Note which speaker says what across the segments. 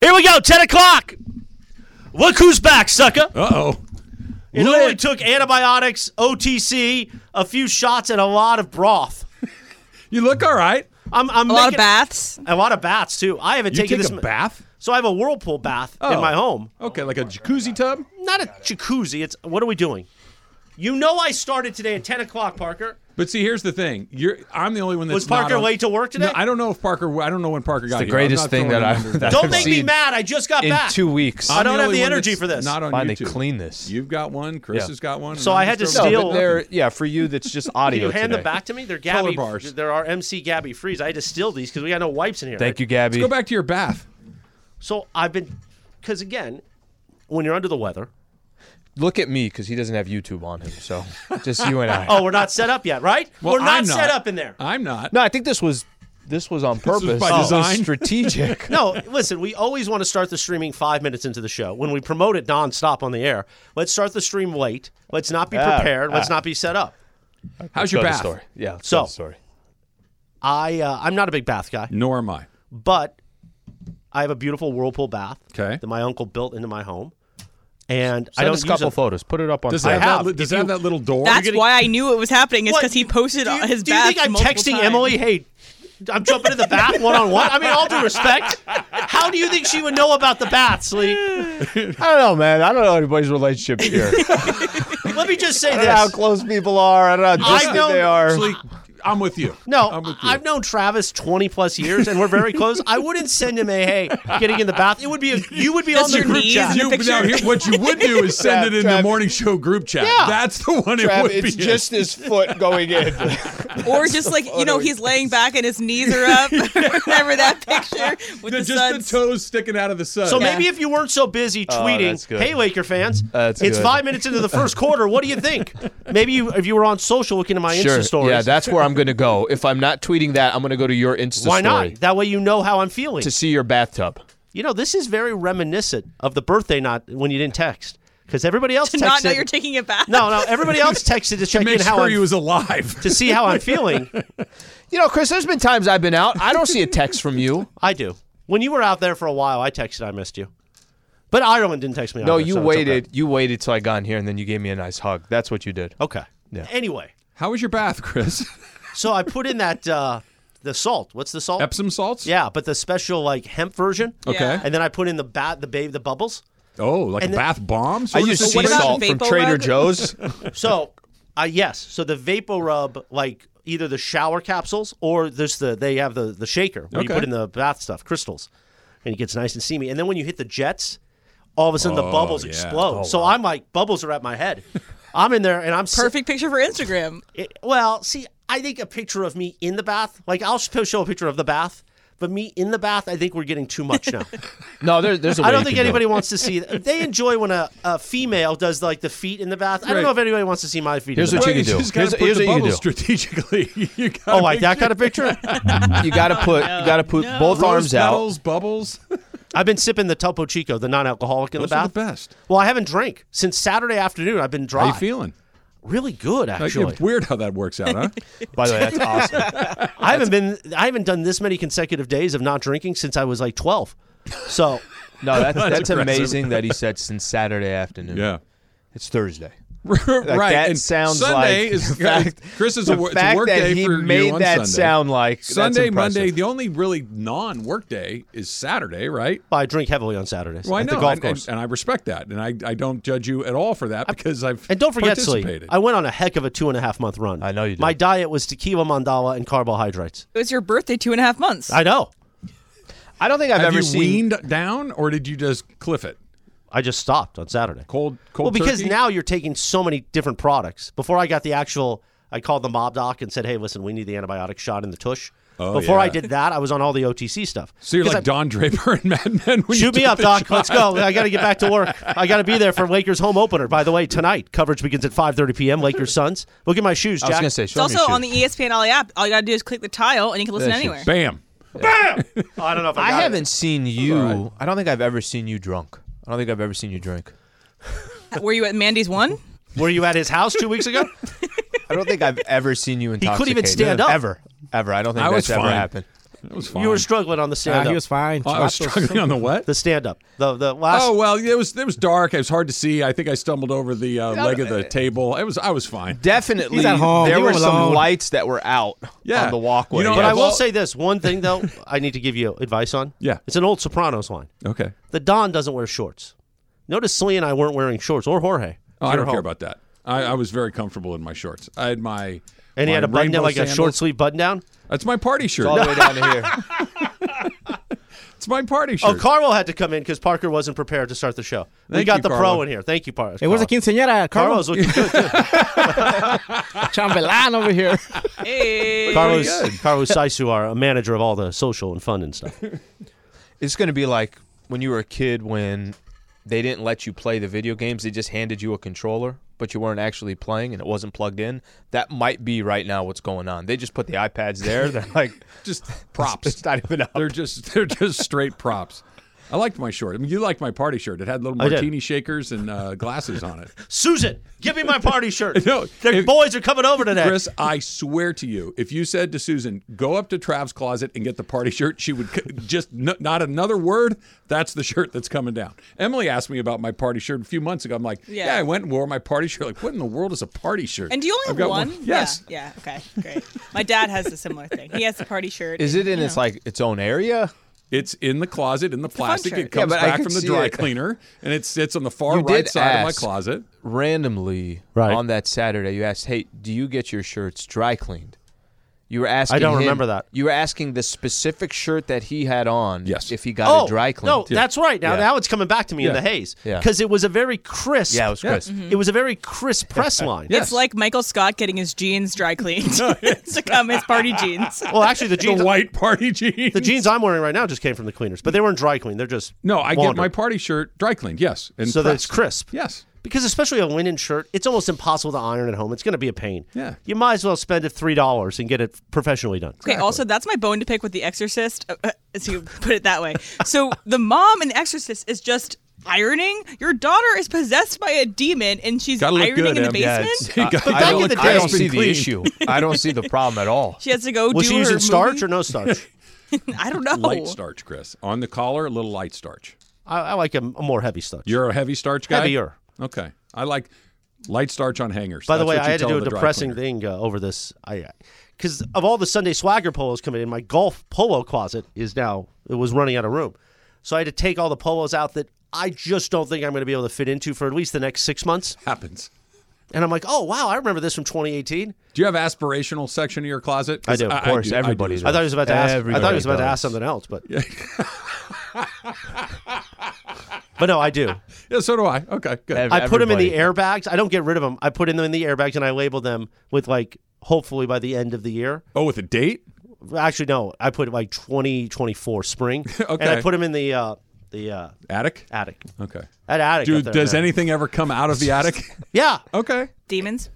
Speaker 1: Here we go, 10 o'clock. Look who's back, sucker.
Speaker 2: Uh oh.
Speaker 1: It only took antibiotics, OTC, a few shots, and a lot of broth.
Speaker 2: You look all right.
Speaker 1: I'm, I'm
Speaker 3: A lot of
Speaker 1: making-
Speaker 3: baths.
Speaker 1: A lot of baths, too. I haven't
Speaker 2: You
Speaker 1: taken
Speaker 2: take
Speaker 1: this.
Speaker 2: a
Speaker 1: m-
Speaker 2: bath?
Speaker 1: So I have a whirlpool bath in
Speaker 2: Oh.
Speaker 1: my home.
Speaker 2: Okay, like a jacuzzi tub?
Speaker 1: Not a jacuzzi. It's What are we doing? You know I started today at 10 o'clock, Parker.
Speaker 2: But see, here's the thing. You're I'm the only one that's
Speaker 1: Was Parker
Speaker 2: not on-
Speaker 1: late to work today?
Speaker 2: No, I don't know if Parker. I don't know when Parker got
Speaker 4: the
Speaker 2: here.
Speaker 4: greatest
Speaker 2: I'm not
Speaker 4: thing
Speaker 2: throwing
Speaker 4: that
Speaker 2: him
Speaker 4: I've-
Speaker 2: under the
Speaker 4: that
Speaker 2: bus.
Speaker 1: Don't make me
Speaker 4: seen
Speaker 1: mad. I just got
Speaker 4: in
Speaker 1: back.
Speaker 4: two weeks.
Speaker 1: I
Speaker 2: I'm
Speaker 1: don't
Speaker 2: the
Speaker 1: have
Speaker 2: only
Speaker 1: the
Speaker 2: one
Speaker 1: energy
Speaker 2: that's
Speaker 1: for this.
Speaker 2: Not on
Speaker 4: Finally
Speaker 2: YouTube.
Speaker 4: clean this.
Speaker 2: You've got one. Chris
Speaker 4: Yeah.
Speaker 2: has got one. and
Speaker 1: So
Speaker 2: I'm
Speaker 1: I had
Speaker 2: just
Speaker 1: to
Speaker 4: no,
Speaker 2: over-
Speaker 1: steal-
Speaker 4: but they're yeah for you. That's just
Speaker 1: Can
Speaker 4: audio.
Speaker 1: you hand them
Speaker 4: today.
Speaker 1: back to me? They're Gabby.
Speaker 2: Color bars.
Speaker 1: There are MC Gabby Freeze. I had to steal these because we got no wipes in here.
Speaker 4: Thank
Speaker 1: right?
Speaker 4: you, Gabby.
Speaker 2: Go back to your bath.
Speaker 1: So I've been, because again, when you're under the weather,
Speaker 4: Look at me because he doesn't have YouTube on him. So just you and I.
Speaker 1: oh, we're not set up yet, right?
Speaker 2: Well,
Speaker 1: we're not,
Speaker 2: I'm
Speaker 1: set up in there.
Speaker 2: I'm not.
Speaker 4: No, I think this was this was on
Speaker 2: was
Speaker 4: purpose.
Speaker 2: by
Speaker 4: This was
Speaker 2: design.
Speaker 4: strategic.
Speaker 1: no, listen, we always want to start the streaming five minutes into the show. When we promote it nonstop on the air, let's start the stream late. Let's not be
Speaker 4: Ah,
Speaker 1: prepared. Let's
Speaker 4: ah.
Speaker 1: not be set up.
Speaker 2: How's your
Speaker 4: Go to
Speaker 2: bath?
Speaker 4: Story. Yeah. let's
Speaker 1: So-
Speaker 4: go to the story.
Speaker 1: I, uh, I'm not a big bath guy,
Speaker 2: Nor am I.
Speaker 1: but I have a beautiful whirlpool bath
Speaker 2: Okay.
Speaker 1: that my uncle built into my home. And I
Speaker 4: Send
Speaker 1: don't
Speaker 4: us a couple
Speaker 1: use a-
Speaker 4: photos. Put it up on.
Speaker 2: Does it
Speaker 4: Twitter.
Speaker 2: have,
Speaker 1: have.
Speaker 2: that, li- does it have that little door?
Speaker 3: That's
Speaker 2: You get-
Speaker 3: why I knew it was happening. Is
Speaker 1: What?
Speaker 3: because he posted
Speaker 1: do you,
Speaker 3: on his
Speaker 1: do you
Speaker 3: bath.
Speaker 1: think I'm
Speaker 3: multiple
Speaker 1: texting
Speaker 3: times.
Speaker 1: Emily? Hey, I'm jumping in the bath one on one. I mean, all due respect. How do you think she would know about the baths, Lee?
Speaker 4: I don't know, man. I don't know anybody's relationship here. I
Speaker 1: Let me just say
Speaker 4: don't know how
Speaker 1: this.
Speaker 4: close people are. I don't know how
Speaker 1: I
Speaker 4: distant
Speaker 1: know-
Speaker 4: they are.
Speaker 2: Actually, I'm with you.
Speaker 1: No,
Speaker 2: I'm with you.
Speaker 1: I've known Travis 20 plus years, and we're very close. I wouldn't send him a hey, getting in the bath. It would be a, you would be
Speaker 3: That's
Speaker 1: on the
Speaker 3: your
Speaker 1: group
Speaker 3: knees
Speaker 1: chat.
Speaker 3: in the
Speaker 2: You, now,
Speaker 3: picture.
Speaker 2: here, what you would do is send
Speaker 4: Trav,
Speaker 2: it in the
Speaker 4: Trav.
Speaker 2: morning show group chat.
Speaker 1: Yeah.
Speaker 2: That's the one it
Speaker 4: Trav,
Speaker 2: would
Speaker 4: it's
Speaker 2: be. in.
Speaker 4: just his foot going in.
Speaker 3: Or just like you know, he's laying back and his knees are up. Remember that picture with
Speaker 2: The-
Speaker 3: the
Speaker 2: just
Speaker 3: suds?
Speaker 2: the toes sticking out of the sun.
Speaker 1: So
Speaker 3: Yeah.
Speaker 1: maybe if you weren't so busy
Speaker 4: Oh, that's
Speaker 1: tweeting,
Speaker 4: good.
Speaker 1: "Hey Laker fans,
Speaker 4: That's
Speaker 1: it's
Speaker 4: good.
Speaker 1: five minutes into the first quarter. What do you think?" Maybe you, if you were on social looking at my
Speaker 4: Sure.
Speaker 1: Insta stories,
Speaker 4: Yeah, that's where I'm going to go. If I'm not tweeting that, I'm going to go to your Insta
Speaker 1: why
Speaker 4: story
Speaker 1: not? That way you know how I'm feeling.
Speaker 4: to see your bathtub.
Speaker 1: You know, this is very reminiscent of the birthday not when you didn't text because everybody else
Speaker 3: to
Speaker 1: texted.
Speaker 3: not know you're taking it back.
Speaker 1: no, no, everybody else texted to check
Speaker 2: make
Speaker 1: in
Speaker 2: sure
Speaker 1: how I'm,
Speaker 2: he was alive.
Speaker 1: to see how I'm feeling.
Speaker 4: You know, Chris, there's been times I've been out. I don't see a text from you.
Speaker 1: I do. When you were out there for a while, I texted I missed you, but Ireland didn't text me.
Speaker 4: No,
Speaker 1: either,
Speaker 4: you
Speaker 1: so it's okay. Oh,
Speaker 4: waited. You waited till I got in here, and then you gave me a nice hug. That's what you did.
Speaker 1: Okay.
Speaker 4: Yeah.
Speaker 1: Anyway,
Speaker 2: How was your bath, Chris?
Speaker 1: so I put in that uh the salt. What's the salt?
Speaker 2: Epsom salts?
Speaker 1: Yeah, but the special like hemp version.
Speaker 2: Okay.
Speaker 3: Yeah.
Speaker 1: And then I put in the bat, the babe, the bubbles.
Speaker 2: Oh, like a
Speaker 1: And then-
Speaker 2: bath bomb?
Speaker 4: I
Speaker 2: sort of
Speaker 4: used
Speaker 2: thing?
Speaker 4: sea
Speaker 3: what about
Speaker 4: salt from
Speaker 3: Vaporub?
Speaker 4: Trader Joe's.
Speaker 1: So, uh, yes. So the Vapor Rub, like either the shower capsules or there's the they have the the shaker where you
Speaker 2: Okay.
Speaker 1: put in the bath stuff crystals, and it gets nice and steamy. And then when you hit the jets, all of a sudden the
Speaker 2: Oh,
Speaker 1: bubbles
Speaker 2: yeah.
Speaker 1: explode. so I'm like, bubbles are at my head. I'm in there and I'm si-
Speaker 3: Perfect picture for Instagram.
Speaker 1: it- well, see, I think a picture of me in the bath, like I'll show show a picture of the bath. But me in the bath, I think we're getting too much now.
Speaker 4: No, there, there's a way
Speaker 1: I don't
Speaker 4: you
Speaker 1: think
Speaker 4: can do it.
Speaker 1: anybody wants to see. They enjoy when a, a female does like the feet in the bath. I don't
Speaker 2: Right.
Speaker 1: know if anybody wants to see my feet.
Speaker 4: Here's
Speaker 1: in the
Speaker 4: what
Speaker 1: bath.
Speaker 4: you
Speaker 2: Well,
Speaker 4: can do.
Speaker 2: just
Speaker 4: Here's-
Speaker 2: gotta put
Speaker 4: here's
Speaker 2: the
Speaker 4: what you
Speaker 2: bubble
Speaker 4: can do.
Speaker 2: strategically. you gotta
Speaker 1: Oh, like
Speaker 2: make
Speaker 1: that
Speaker 2: sure-
Speaker 1: kind of picture?
Speaker 4: You got to put. you got to put both
Speaker 2: Rose
Speaker 4: arms out.
Speaker 2: petals, bubbles.
Speaker 1: I've been sipping the Topo Chico, the non-alcoholic in
Speaker 2: Those
Speaker 1: the
Speaker 2: are
Speaker 1: bath.
Speaker 2: the best.
Speaker 1: Well, I haven't drank since Saturday afternoon. I've been dry.
Speaker 2: How you feeling?
Speaker 1: Really good,
Speaker 2: Like,
Speaker 1: actually.
Speaker 2: it's weird how that works out, huh?
Speaker 4: By the way, that's awesome.
Speaker 1: I haven't been. I haven't done this many consecutive days of not drinking since I was like twelve. So,
Speaker 4: No, that's that's,
Speaker 2: aggressive.
Speaker 4: amazing that he said since Saturday afternoon.
Speaker 2: yeah.
Speaker 4: it's Thursday.
Speaker 2: right.
Speaker 4: Like, That
Speaker 2: and
Speaker 4: sounds
Speaker 2: Sunday
Speaker 4: like
Speaker 2: is
Speaker 4: the fact,
Speaker 2: Chris is
Speaker 4: the
Speaker 2: a, wor- it's
Speaker 4: fact
Speaker 2: a work
Speaker 4: that
Speaker 2: day
Speaker 4: he
Speaker 2: for
Speaker 4: made
Speaker 2: you on
Speaker 4: that
Speaker 2: Sunday.
Speaker 4: sound like that's
Speaker 2: Sunday,
Speaker 4: impressive.
Speaker 2: Monday. The only really non-work day is Saturday, right?
Speaker 1: well, I drink heavily on Saturdays
Speaker 2: Well, I
Speaker 1: at
Speaker 2: know,
Speaker 1: the golf
Speaker 2: and, and-
Speaker 1: course.
Speaker 2: and I respect that, and I, I don't judge you at all for that because I've
Speaker 1: And don't forget, Slee,
Speaker 2: participated.
Speaker 1: I went on a heck of a two and a half month run.
Speaker 4: I know you did.
Speaker 1: My diet was tequila, mandala, and carbohydrates.
Speaker 3: It was your birthday two and a half months.
Speaker 1: I know.
Speaker 4: I don't think I've
Speaker 2: Have
Speaker 4: ever
Speaker 2: you
Speaker 4: seen.
Speaker 2: weaned down, or did you just cliff it?
Speaker 1: I just stopped on Saturday.
Speaker 2: Cold, cold.
Speaker 1: Well, because
Speaker 2: turkey?
Speaker 1: now you're taking so many different products. Before I got the actual, I called the mob doc and said, "Hey, listen, we need the antibiotic shot in the tush."
Speaker 2: Oh,
Speaker 1: Before I
Speaker 2: yeah.
Speaker 1: did that, I was on all the OTC stuff.
Speaker 2: So you're
Speaker 1: Because
Speaker 2: like
Speaker 1: I-
Speaker 2: Don Draper and Mad Men. When you
Speaker 1: Shoot me
Speaker 2: took
Speaker 1: up,
Speaker 2: the
Speaker 1: Doc.
Speaker 2: shot.
Speaker 1: Let's go. I got to get back to work. I got to be there for Lakers home opener. By the way, tonight coverage begins at 5:30 p.m. Lakers Suns. Look at my shoes,
Speaker 4: I was
Speaker 1: Jack.
Speaker 4: gonna say,
Speaker 3: It's
Speaker 4: show me
Speaker 3: also
Speaker 4: your shoe.
Speaker 3: on the E ESPN LA app. All you gotta do is click the tile and you can listen
Speaker 4: That's
Speaker 3: anywhere.
Speaker 2: Bam.
Speaker 1: Oh, I don't know if I,
Speaker 4: I
Speaker 1: got it.
Speaker 4: haven't seen you. I don't think I've ever seen you drunk. I don't think I've ever seen you drink.
Speaker 3: Were you at Mandy's one?
Speaker 1: Were you at his house two weeks ago?
Speaker 4: I don't think I've ever seen you
Speaker 1: couldn't
Speaker 4: intoxicated.
Speaker 1: even stand up.
Speaker 4: Ever, ever. I don't think
Speaker 2: I was
Speaker 4: that's ever
Speaker 2: fine.
Speaker 4: happened.
Speaker 2: That was fine.
Speaker 1: you were struggling on the
Speaker 5: Uh,
Speaker 1: stand up.
Speaker 5: he was fine.
Speaker 2: Oh, I was
Speaker 5: Chivatos-
Speaker 2: struggling on the what?
Speaker 1: the stand up. The the last.
Speaker 2: Oh well, it was it was dark. It was hard to see. I think I stumbled over the uh, leg of the table. It was I was fine.
Speaker 4: Definitely,
Speaker 5: He's at home.
Speaker 4: there
Speaker 5: Leave
Speaker 4: were
Speaker 5: him
Speaker 4: some
Speaker 5: alone.
Speaker 4: lights that were out
Speaker 2: Yeah.
Speaker 4: on the walkway.
Speaker 2: You know,
Speaker 4: Yeah.
Speaker 1: but I will
Speaker 2: well-
Speaker 1: say this one thing though. I need to give you advice on.
Speaker 2: Yeah.
Speaker 1: It's an old Sopranos line.
Speaker 2: Okay.
Speaker 1: The Don doesn't wear shorts. Notice Slee and I weren't wearing shorts or Jorge.
Speaker 2: Oh, I
Speaker 1: You're
Speaker 2: don't care
Speaker 1: home.
Speaker 2: about that. I, I was very comfortable in my shorts. I had my
Speaker 1: And he
Speaker 2: my
Speaker 1: had a button
Speaker 2: rainbow
Speaker 1: down, like a
Speaker 2: sandals.
Speaker 1: short sleeve button down.
Speaker 2: That's my party shirt.
Speaker 4: all the way down to here.
Speaker 2: It's my party shirt.
Speaker 1: Oh, Carwell had to come in because Parker wasn't prepared to start the show. we
Speaker 2: Thank
Speaker 1: got
Speaker 2: you,
Speaker 1: the pro
Speaker 2: Carwell.
Speaker 1: in here. Thank you, Parker.
Speaker 5: It was a quinceañera. Carlos
Speaker 1: Carlos looking good. Too.
Speaker 5: Chambelan over here.
Speaker 3: Hey.
Speaker 1: Carlos Carlos Saisu, our manager of all the social and fun and stuff.
Speaker 4: It's going to be like when you were a kid when they didn't let you play the video games. They just handed you a controller, but you weren't actually playing and it wasn't plugged in. That might be right now what's going on. They just put the iPads there. They're like,
Speaker 2: just props.
Speaker 4: It's not even up.
Speaker 2: They're just they're just straight props. I liked my short. I mean, you liked my party shirt. It had little
Speaker 1: I did.
Speaker 2: martini shakers and uh, glasses on it.
Speaker 1: Susan, give me my party shirt.
Speaker 2: No,
Speaker 1: Their
Speaker 2: if-
Speaker 1: boys are coming over today.
Speaker 2: Chris, I swear to you, if you said to Susan, "Go up to Trav's closet and get the party shirt," she would c- just n- not another word. That's the shirt that's coming down. Emily asked me about my party shirt a few months ago. I'm like, "Yeah,
Speaker 3: Yeah.
Speaker 2: I went and wore my party shirt." Like, what in the world is a party shirt?
Speaker 3: And do you only
Speaker 2: I've got
Speaker 3: have one?
Speaker 2: Yes.
Speaker 3: Yeah, yeah, okay, great. My dad has a similar thing. He has the party shirt.
Speaker 4: is it in
Speaker 3: you
Speaker 4: its
Speaker 3: know.
Speaker 4: like its own area?
Speaker 2: It's in the closet in the
Speaker 3: fun
Speaker 2: plastic.
Speaker 3: shirt.
Speaker 2: It comes
Speaker 4: Yeah, but I
Speaker 2: back
Speaker 4: can
Speaker 2: from the
Speaker 4: see
Speaker 2: dry
Speaker 4: it.
Speaker 2: cleaner and it sits on the far
Speaker 4: You
Speaker 2: right
Speaker 4: did
Speaker 2: side of my
Speaker 4: ask.
Speaker 2: closet.
Speaker 4: randomly
Speaker 1: Right.
Speaker 4: on that Saturday, you asked, "Hey, do you get your shirts dry cleaned?" You were asking.
Speaker 1: I don't
Speaker 4: him-
Speaker 1: remember that.
Speaker 4: You were asking the specific shirt that he had on.
Speaker 2: Yes.
Speaker 4: If he got
Speaker 1: Oh,
Speaker 4: it dry
Speaker 1: no,
Speaker 4: cleaned.
Speaker 1: that's right. Now,
Speaker 4: Yeah.
Speaker 1: now it's coming back to me in
Speaker 2: Yeah.
Speaker 1: the haze
Speaker 4: Yeah.
Speaker 1: because it was a very crisp.
Speaker 4: yeah, it was Chris.
Speaker 2: Mm-hmm.
Speaker 1: It was a very crisp press line.
Speaker 3: It's like Michael Scott getting his jeans dry cleaned to come his party jeans.
Speaker 1: Well, actually, the jeans
Speaker 2: The white party jeans.
Speaker 1: the jeans I'm wearing right now just came from the cleaners, but they weren't dry clean. They're just
Speaker 2: No, I get
Speaker 1: laundered.
Speaker 2: my party shirt dry cleaned. Yes, and
Speaker 1: so that it's
Speaker 2: pressed.
Speaker 1: crisp.
Speaker 2: Yes.
Speaker 1: Because especially a linen shirt, it's almost impossible to iron at home. It's going to be a pain.
Speaker 2: Yeah.
Speaker 1: You might as well spend it three dollars and get it professionally done.
Speaker 3: Okay, also, that's my bone to pick with The Exorcist, uh, uh, as you put it that way. So, the mom in The Exorcist is just ironing. Your daughter is possessed by a demon and she's
Speaker 2: Gotta look
Speaker 3: ironing
Speaker 2: good,
Speaker 3: in the
Speaker 2: Em.
Speaker 4: Yeah,
Speaker 3: basement.
Speaker 4: it's-
Speaker 2: He got-
Speaker 4: I,
Speaker 1: back
Speaker 4: don't,
Speaker 1: in the
Speaker 4: I
Speaker 1: day-
Speaker 4: don't see
Speaker 2: It's been
Speaker 4: the
Speaker 2: cleaned.
Speaker 4: issue. I don't see the problem at all.
Speaker 3: she has to go
Speaker 1: Was
Speaker 3: do
Speaker 1: she
Speaker 3: her
Speaker 1: using starch
Speaker 3: movie.
Speaker 1: or no starch?
Speaker 3: I don't know.
Speaker 2: Light starch, Chris. On the collar, a little light starch.
Speaker 1: I, I like a, a more heavy starch.
Speaker 2: You're a heavy starch guy.
Speaker 1: Heavier.
Speaker 2: Okay. I like light starch on hangers.
Speaker 1: By the
Speaker 2: That's
Speaker 1: way,
Speaker 2: what
Speaker 1: I
Speaker 2: you
Speaker 1: had to
Speaker 2: tell
Speaker 1: do a
Speaker 2: the dry
Speaker 1: depressing
Speaker 2: cleaner.
Speaker 1: thing uh, over this. I because of all the Sunday swagger polos coming in, my golf polo closet is now it was running out of room, so I had to take all the polos out that I just don't think I'm going to be able to fit into for at least the next six months.
Speaker 2: Happens.
Speaker 1: And I'm like, oh wow, I remember this from 2018.
Speaker 2: Do you have aspirational section of your closet? 'Cause
Speaker 1: I do, of
Speaker 2: I,
Speaker 4: course,
Speaker 2: do, I do
Speaker 4: everybody
Speaker 2: as
Speaker 4: does.
Speaker 1: I thought he was about to ask. I thought he
Speaker 4: Everybody
Speaker 1: was about to
Speaker 4: does.
Speaker 1: ask something else, but but no, I do.
Speaker 2: well. Yeah, so do I. Okay, good.
Speaker 4: Ev-
Speaker 1: I put them in the
Speaker 4: Everybody.
Speaker 1: airbags. I don't get rid of them. I put in them in the airbags and I label them with like hopefully by the end of the year.
Speaker 2: oh, with a date?
Speaker 1: Actually, no, I put like 2024 spring. And I
Speaker 2: Okay.
Speaker 1: put them in the uh, the uh,
Speaker 2: Attic?
Speaker 1: attic.
Speaker 2: Okay.
Speaker 1: That attic. up
Speaker 2: Dude,
Speaker 1: there,
Speaker 2: does
Speaker 1: man.
Speaker 2: anything ever come out of the attic?
Speaker 1: Yeah.
Speaker 2: okay.
Speaker 3: Demons.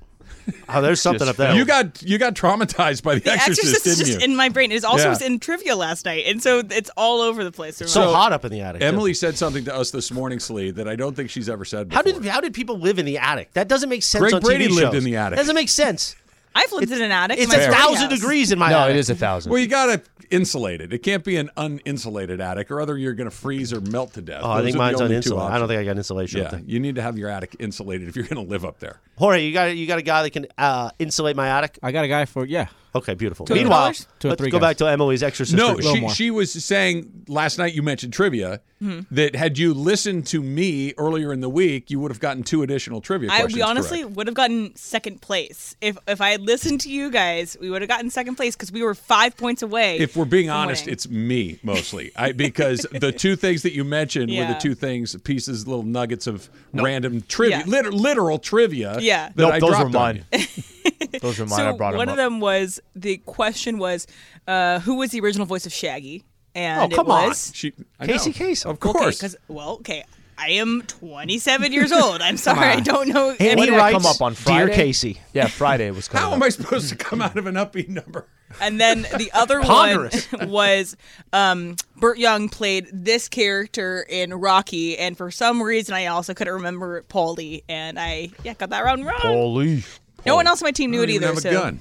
Speaker 1: Oh, there's something up there.
Speaker 2: You got you got traumatized by the,
Speaker 3: The Exorcist, is
Speaker 2: didn't
Speaker 3: just
Speaker 2: you?
Speaker 3: in my brain. It is also
Speaker 2: Yeah.
Speaker 3: was in trivia last night, and so it's all over the place.
Speaker 1: so, hot up in the attic. too.
Speaker 2: Emily said something to us this morning, Slee, that I don't think she's ever said.
Speaker 1: How
Speaker 2: Before.
Speaker 1: did how did people live in the attic? That doesn't make sense.
Speaker 2: Greg
Speaker 1: on
Speaker 2: Brady
Speaker 1: TV
Speaker 2: lived
Speaker 1: shows.
Speaker 2: in the attic.
Speaker 1: Doesn't make sense.
Speaker 3: I've lived in an attic.
Speaker 1: It's
Speaker 3: in my
Speaker 1: a
Speaker 3: friend's
Speaker 1: thousand
Speaker 3: house.
Speaker 1: degrees in my
Speaker 4: No,
Speaker 1: attic.
Speaker 4: it is a thousand.
Speaker 2: Well, you gotta insulate it. It can't be an uninsulated attic, or other you're gonna freeze or melt to death.
Speaker 1: Oh, I
Speaker 2: Those
Speaker 1: think
Speaker 2: are the
Speaker 1: mine's on
Speaker 2: only two
Speaker 1: insulation. I don't
Speaker 2: options.
Speaker 1: think I got insulation. up
Speaker 2: Yeah,
Speaker 1: there.
Speaker 2: you need to have your attic insulated if you're gonna live up there.
Speaker 1: Jorge, you got you got a guy that can uh, insulate my attic.
Speaker 5: I got a guy for yeah.
Speaker 1: Okay, beautiful.
Speaker 3: or
Speaker 1: Meanwhile,
Speaker 3: three
Speaker 5: Two or
Speaker 1: let's
Speaker 5: three
Speaker 1: go
Speaker 5: guys.
Speaker 1: back to Emily's exorcist.
Speaker 2: No,
Speaker 1: routine.
Speaker 5: little
Speaker 2: she,
Speaker 5: more.
Speaker 2: she was saying last night you mentioned trivia
Speaker 1: Hmm.
Speaker 2: that had you listened to me earlier in the week, you would have gotten two additional trivia
Speaker 3: I,
Speaker 2: questions.
Speaker 3: we honestly
Speaker 2: correct.
Speaker 3: would have gotten second place if if I had listened to you guys. We would have gotten second place because we were five points away.
Speaker 2: If we're being
Speaker 3: from
Speaker 2: honest,
Speaker 3: winning.
Speaker 2: it's me mostly. I because the two things that you mentioned were
Speaker 3: Yeah.
Speaker 2: the two things, pieces, little nuggets of random trivia,
Speaker 3: Yeah.
Speaker 2: lit- literal trivia.
Speaker 3: Yeah.
Speaker 2: that
Speaker 4: Nope,
Speaker 2: I
Speaker 4: those were
Speaker 2: dropped on
Speaker 4: mine.
Speaker 2: you.
Speaker 4: Those were mine. I
Speaker 3: so
Speaker 4: brought 'em
Speaker 3: one of
Speaker 4: up.
Speaker 3: them was the question was, uh, who was the original voice of Shaggy? And
Speaker 1: Oh, come
Speaker 3: it
Speaker 1: on.
Speaker 3: was
Speaker 2: She, I
Speaker 1: Casey
Speaker 2: know.
Speaker 1: Kasem.
Speaker 2: Of course.
Speaker 3: because well, okay, I am 27 years old. I'm sorry, I don't know.
Speaker 1: And
Speaker 3: any
Speaker 1: he
Speaker 3: of that.
Speaker 1: writes,
Speaker 4: come up on Friday?
Speaker 1: Dear Casey.
Speaker 4: Yeah, Friday was coming.
Speaker 2: How am I supposed to come out of an upbeat number?
Speaker 3: And then the other one
Speaker 1: Ponderous.
Speaker 3: was um, Burt Young played this character in Rocky, and for some reason I also couldn't remember Paulie, and I yeah got that round wrong.
Speaker 4: Holy.
Speaker 3: No one else on my team knew
Speaker 2: I
Speaker 3: it
Speaker 2: don't even
Speaker 3: either.
Speaker 2: have a
Speaker 3: so.
Speaker 2: gun.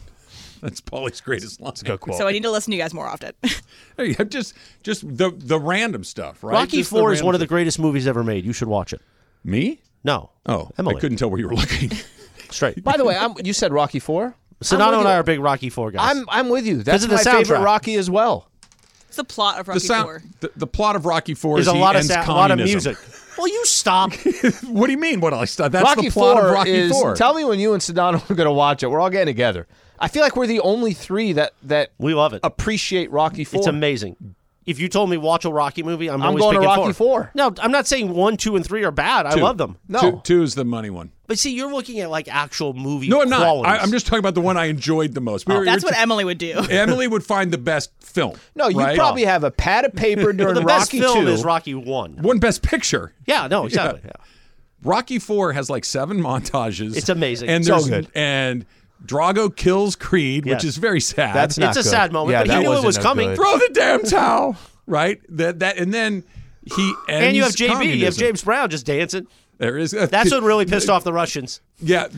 Speaker 2: That's Paulie's greatest line.
Speaker 4: Good quote.
Speaker 3: So I need to listen to you guys more often.
Speaker 2: Hey, just just the the random stuff, right?
Speaker 1: Rocky
Speaker 2: Just
Speaker 1: Four is
Speaker 2: random
Speaker 1: one of the
Speaker 2: stuff.
Speaker 1: greatest movies ever made. You should watch it.
Speaker 2: me.
Speaker 1: No.
Speaker 2: Oh,
Speaker 1: Emily.
Speaker 2: I couldn't tell where you were looking.
Speaker 1: Straight.
Speaker 4: By the way, I'm, you said Rocky Four.
Speaker 1: Sonato and I are big Rocky Four guys.
Speaker 4: I'm I'm with you. That's
Speaker 1: of the
Speaker 4: my favorite
Speaker 1: soundtrack.
Speaker 4: Rocky as well.
Speaker 3: it's the plot of Rocky
Speaker 2: the sound,
Speaker 3: Four.
Speaker 2: the, the plot of Rocky Four
Speaker 1: There's
Speaker 2: is
Speaker 1: a
Speaker 2: he
Speaker 1: lot of
Speaker 2: ends
Speaker 1: sound, a lot of
Speaker 2: communism.
Speaker 1: music. Well, you stop.
Speaker 2: what do you mean? What I stop? That's
Speaker 4: Rocky
Speaker 2: the plot
Speaker 4: Four
Speaker 2: of Rocky
Speaker 4: is.
Speaker 2: Four.
Speaker 4: Tell me when you and Sedano are going to watch it. We're all getting together. I feel like we're the only three that that
Speaker 1: We love it.
Speaker 4: appreciate Rocky Four.
Speaker 1: It's amazing. If you told me watch a Rocky movie, I'm,
Speaker 4: I'm
Speaker 1: always
Speaker 4: going to
Speaker 1: picking
Speaker 4: Rocky Four.
Speaker 1: No, I'm not saying one, two, and three are bad. I
Speaker 2: Two.
Speaker 1: love them.
Speaker 4: No.
Speaker 2: Two, two is the money one.
Speaker 1: But see, you're looking at like actual movie.
Speaker 2: No, I'm not. I,
Speaker 1: qualities. Oh,
Speaker 2: I'm just talking about the one I enjoyed the most. We were-
Speaker 3: That's
Speaker 2: you're
Speaker 3: what
Speaker 2: t-
Speaker 3: Emily would do.
Speaker 2: Emily would find the best film.
Speaker 4: No, you
Speaker 2: right?
Speaker 4: probably have a pad of paper during
Speaker 1: the best
Speaker 4: Rocky
Speaker 1: film
Speaker 4: Two.
Speaker 1: is Rocky One.
Speaker 2: Uh, one best picture.
Speaker 1: Yeah, no, exactly. Yeah.
Speaker 2: Rocky Four has like seven montages.
Speaker 1: It's amazing.
Speaker 2: And
Speaker 1: So
Speaker 2: there's-
Speaker 1: good.
Speaker 2: And Drago kills Creed,
Speaker 1: Yes.
Speaker 2: which is very sad.
Speaker 4: That's not
Speaker 1: It's a
Speaker 4: good.
Speaker 1: sad moment,
Speaker 4: Yeah,
Speaker 1: but he
Speaker 4: that
Speaker 1: knew it
Speaker 4: wasn't
Speaker 1: was
Speaker 4: a
Speaker 1: coming.
Speaker 4: good-
Speaker 2: throw the damn towel. Right. That that and then he ends
Speaker 1: And you have JB, you have
Speaker 2: communism.
Speaker 1: James Brown just dancing.
Speaker 2: There is
Speaker 1: That's what really pissed off the Russians.
Speaker 2: Yeah.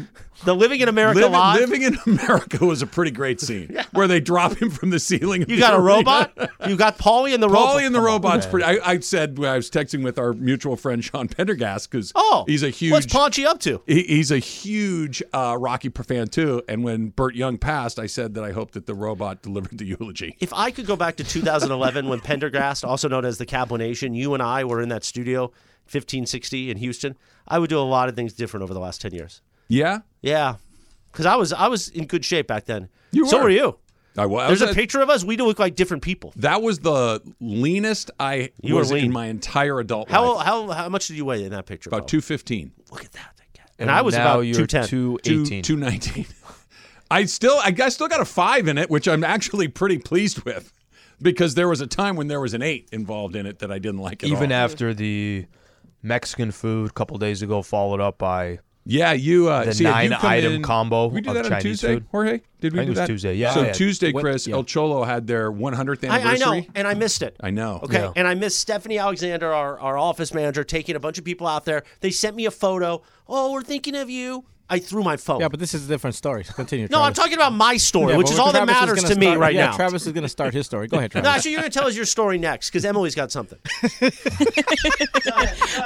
Speaker 1: The Living in America
Speaker 2: Living,
Speaker 1: live.
Speaker 2: Living in America was a pretty great scene where they drop him from the ceiling. Of
Speaker 1: you
Speaker 2: the
Speaker 1: got a
Speaker 2: arena.
Speaker 1: robot. You got Paulie and the robot.
Speaker 2: Paulie and the robots. Pretty, I, I said when I was texting with our mutual friend Sean Pendergast because
Speaker 1: Oh,
Speaker 2: he's a huge
Speaker 1: What's Paunchy up to?
Speaker 2: he, he's a huge uh, Rocky fan too. And when Burt Young passed, I said that I hoped that the robot delivered the eulogy.
Speaker 1: If I could go back to 2011 when Pendergast, also known as the Cowboy Nation, you and I were in that studio, 1560 in Houston, I would do a lot of things different over the last 10 years.
Speaker 2: Yeah,
Speaker 1: Yeah, because I was I was in good shape back then.
Speaker 2: You
Speaker 1: so
Speaker 2: were.
Speaker 1: were you.
Speaker 2: I wa- I was.
Speaker 1: There's a
Speaker 2: at-
Speaker 1: picture of us. We do look like different people.
Speaker 2: That was the leanest I
Speaker 1: You were
Speaker 2: was
Speaker 1: lean.
Speaker 2: in my entire adult
Speaker 1: How
Speaker 2: life.
Speaker 1: how how much did you weigh in that picture?
Speaker 2: About
Speaker 1: Bo?
Speaker 2: two fifteen.
Speaker 1: Look at that. And, I was
Speaker 4: now
Speaker 1: about
Speaker 4: you're
Speaker 1: 210.
Speaker 4: 218.
Speaker 2: Two nineteen. I still, I, I still got a five in it, which I'm actually pretty pleased with, because there was a time when there was an eight involved in it that I didn't like at
Speaker 4: Even
Speaker 2: all.
Speaker 4: after the Mexican food a couple days ago, followed up by
Speaker 2: yeah, you uh,
Speaker 4: the
Speaker 2: see, if you come
Speaker 4: nine-item
Speaker 2: in-
Speaker 4: combo
Speaker 2: We do
Speaker 4: of
Speaker 2: that on
Speaker 4: Chinese
Speaker 2: Tuesday,
Speaker 4: food.
Speaker 2: Jorge. Did we do
Speaker 4: I think it was
Speaker 2: that
Speaker 4: Tuesday, yeah,
Speaker 2: So
Speaker 4: yeah.
Speaker 2: Tuesday,
Speaker 4: What-
Speaker 2: Chris El Cholo had their 100th anniversary.
Speaker 1: I, I know, and I missed it.
Speaker 2: I know.
Speaker 1: Okay,
Speaker 4: Yeah.
Speaker 1: and I missed Stephanie Alexander, our, our office manager, taking a bunch of people out there. They sent me a photo. Oh, we're thinking of you. I threw my phone.
Speaker 5: Yeah, but this is a different story. Continue.
Speaker 1: no, I'm
Speaker 5: Travis.
Speaker 1: talking about my story,
Speaker 5: Yeah,
Speaker 1: which
Speaker 5: but
Speaker 1: is all that
Speaker 5: Travis was
Speaker 1: matters
Speaker 5: gonna
Speaker 1: to me
Speaker 5: start-
Speaker 1: right
Speaker 5: yeah,
Speaker 1: now.
Speaker 5: Travis is going to start his story. Go ahead, Travis.
Speaker 1: No, actually, you're going to tell us your story next because Emily's got something.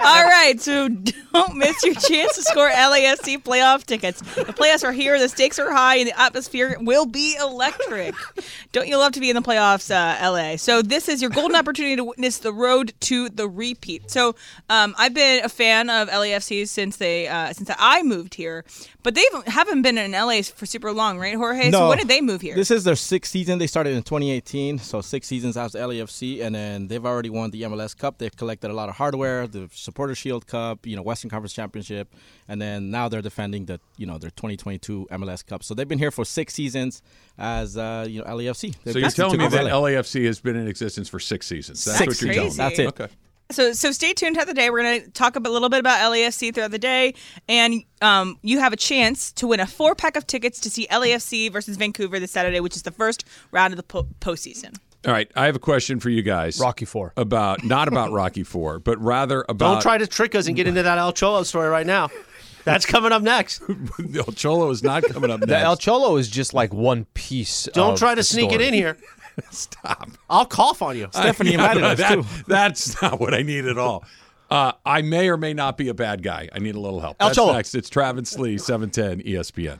Speaker 3: All right, so don't miss your chance to score LAFC playoff tickets. The playoffs are here, the stakes are high, and the atmosphere will be electric. Don't you love to be in the playoffs, uh, LA? So this is your golden opportunity to witness the road to the repeat. So um, I've been a fan of LAFC since they uh, since I moved here, but they haven't been in LA for super long, right, Jorge? So when did they move here?
Speaker 5: This is their sixth season. They started in 2018, so six seasons as LAFC, and then they've already won the MLS Cup. They've collected a lot of hardware, the Supporter Shield Cup, you know, Western Conference Championship, and then now they're defending the, you know, their 2022 MLS Cup. So they've been here for six seasons as uh, you know LAFC. They've
Speaker 2: So you're
Speaker 5: basically
Speaker 2: telling
Speaker 5: took
Speaker 2: me
Speaker 5: over
Speaker 2: that LAFC has been in existence for six seasons. That's what
Speaker 5: Six
Speaker 2: you're
Speaker 3: seasons.
Speaker 2: telling me.
Speaker 5: That's it.
Speaker 2: Okay.
Speaker 3: So, so stay tuned throughout the day. We're going to talk a bit- little bit about LAFC throughout the day, and um, you have a chance to win a four pack of tickets to see LAFC versus Vancouver this Saturday, which is the first round of the po- postseason.
Speaker 2: All right. I have a question for you guys.
Speaker 4: Rocky Four.
Speaker 2: About not about Rocky Four, but rather about
Speaker 1: Don't try to trick us and get into that El Cholo story right now. That's coming up next.
Speaker 2: El Cholo is not coming up next.
Speaker 4: the El Cholo is just like one piece.
Speaker 1: Don't
Speaker 4: of
Speaker 1: try
Speaker 4: the
Speaker 1: to sneak
Speaker 4: story.
Speaker 1: it in here. Stop. I'll cough on you.
Speaker 5: Stephanie invited us
Speaker 2: that,
Speaker 5: too.
Speaker 2: That's not what I need at all. Uh, I may or may not be a bad guy. I need a little help.
Speaker 4: El
Speaker 2: That's
Speaker 4: Cholo.
Speaker 2: next. It's Travis Lee, seven ten E ESPN.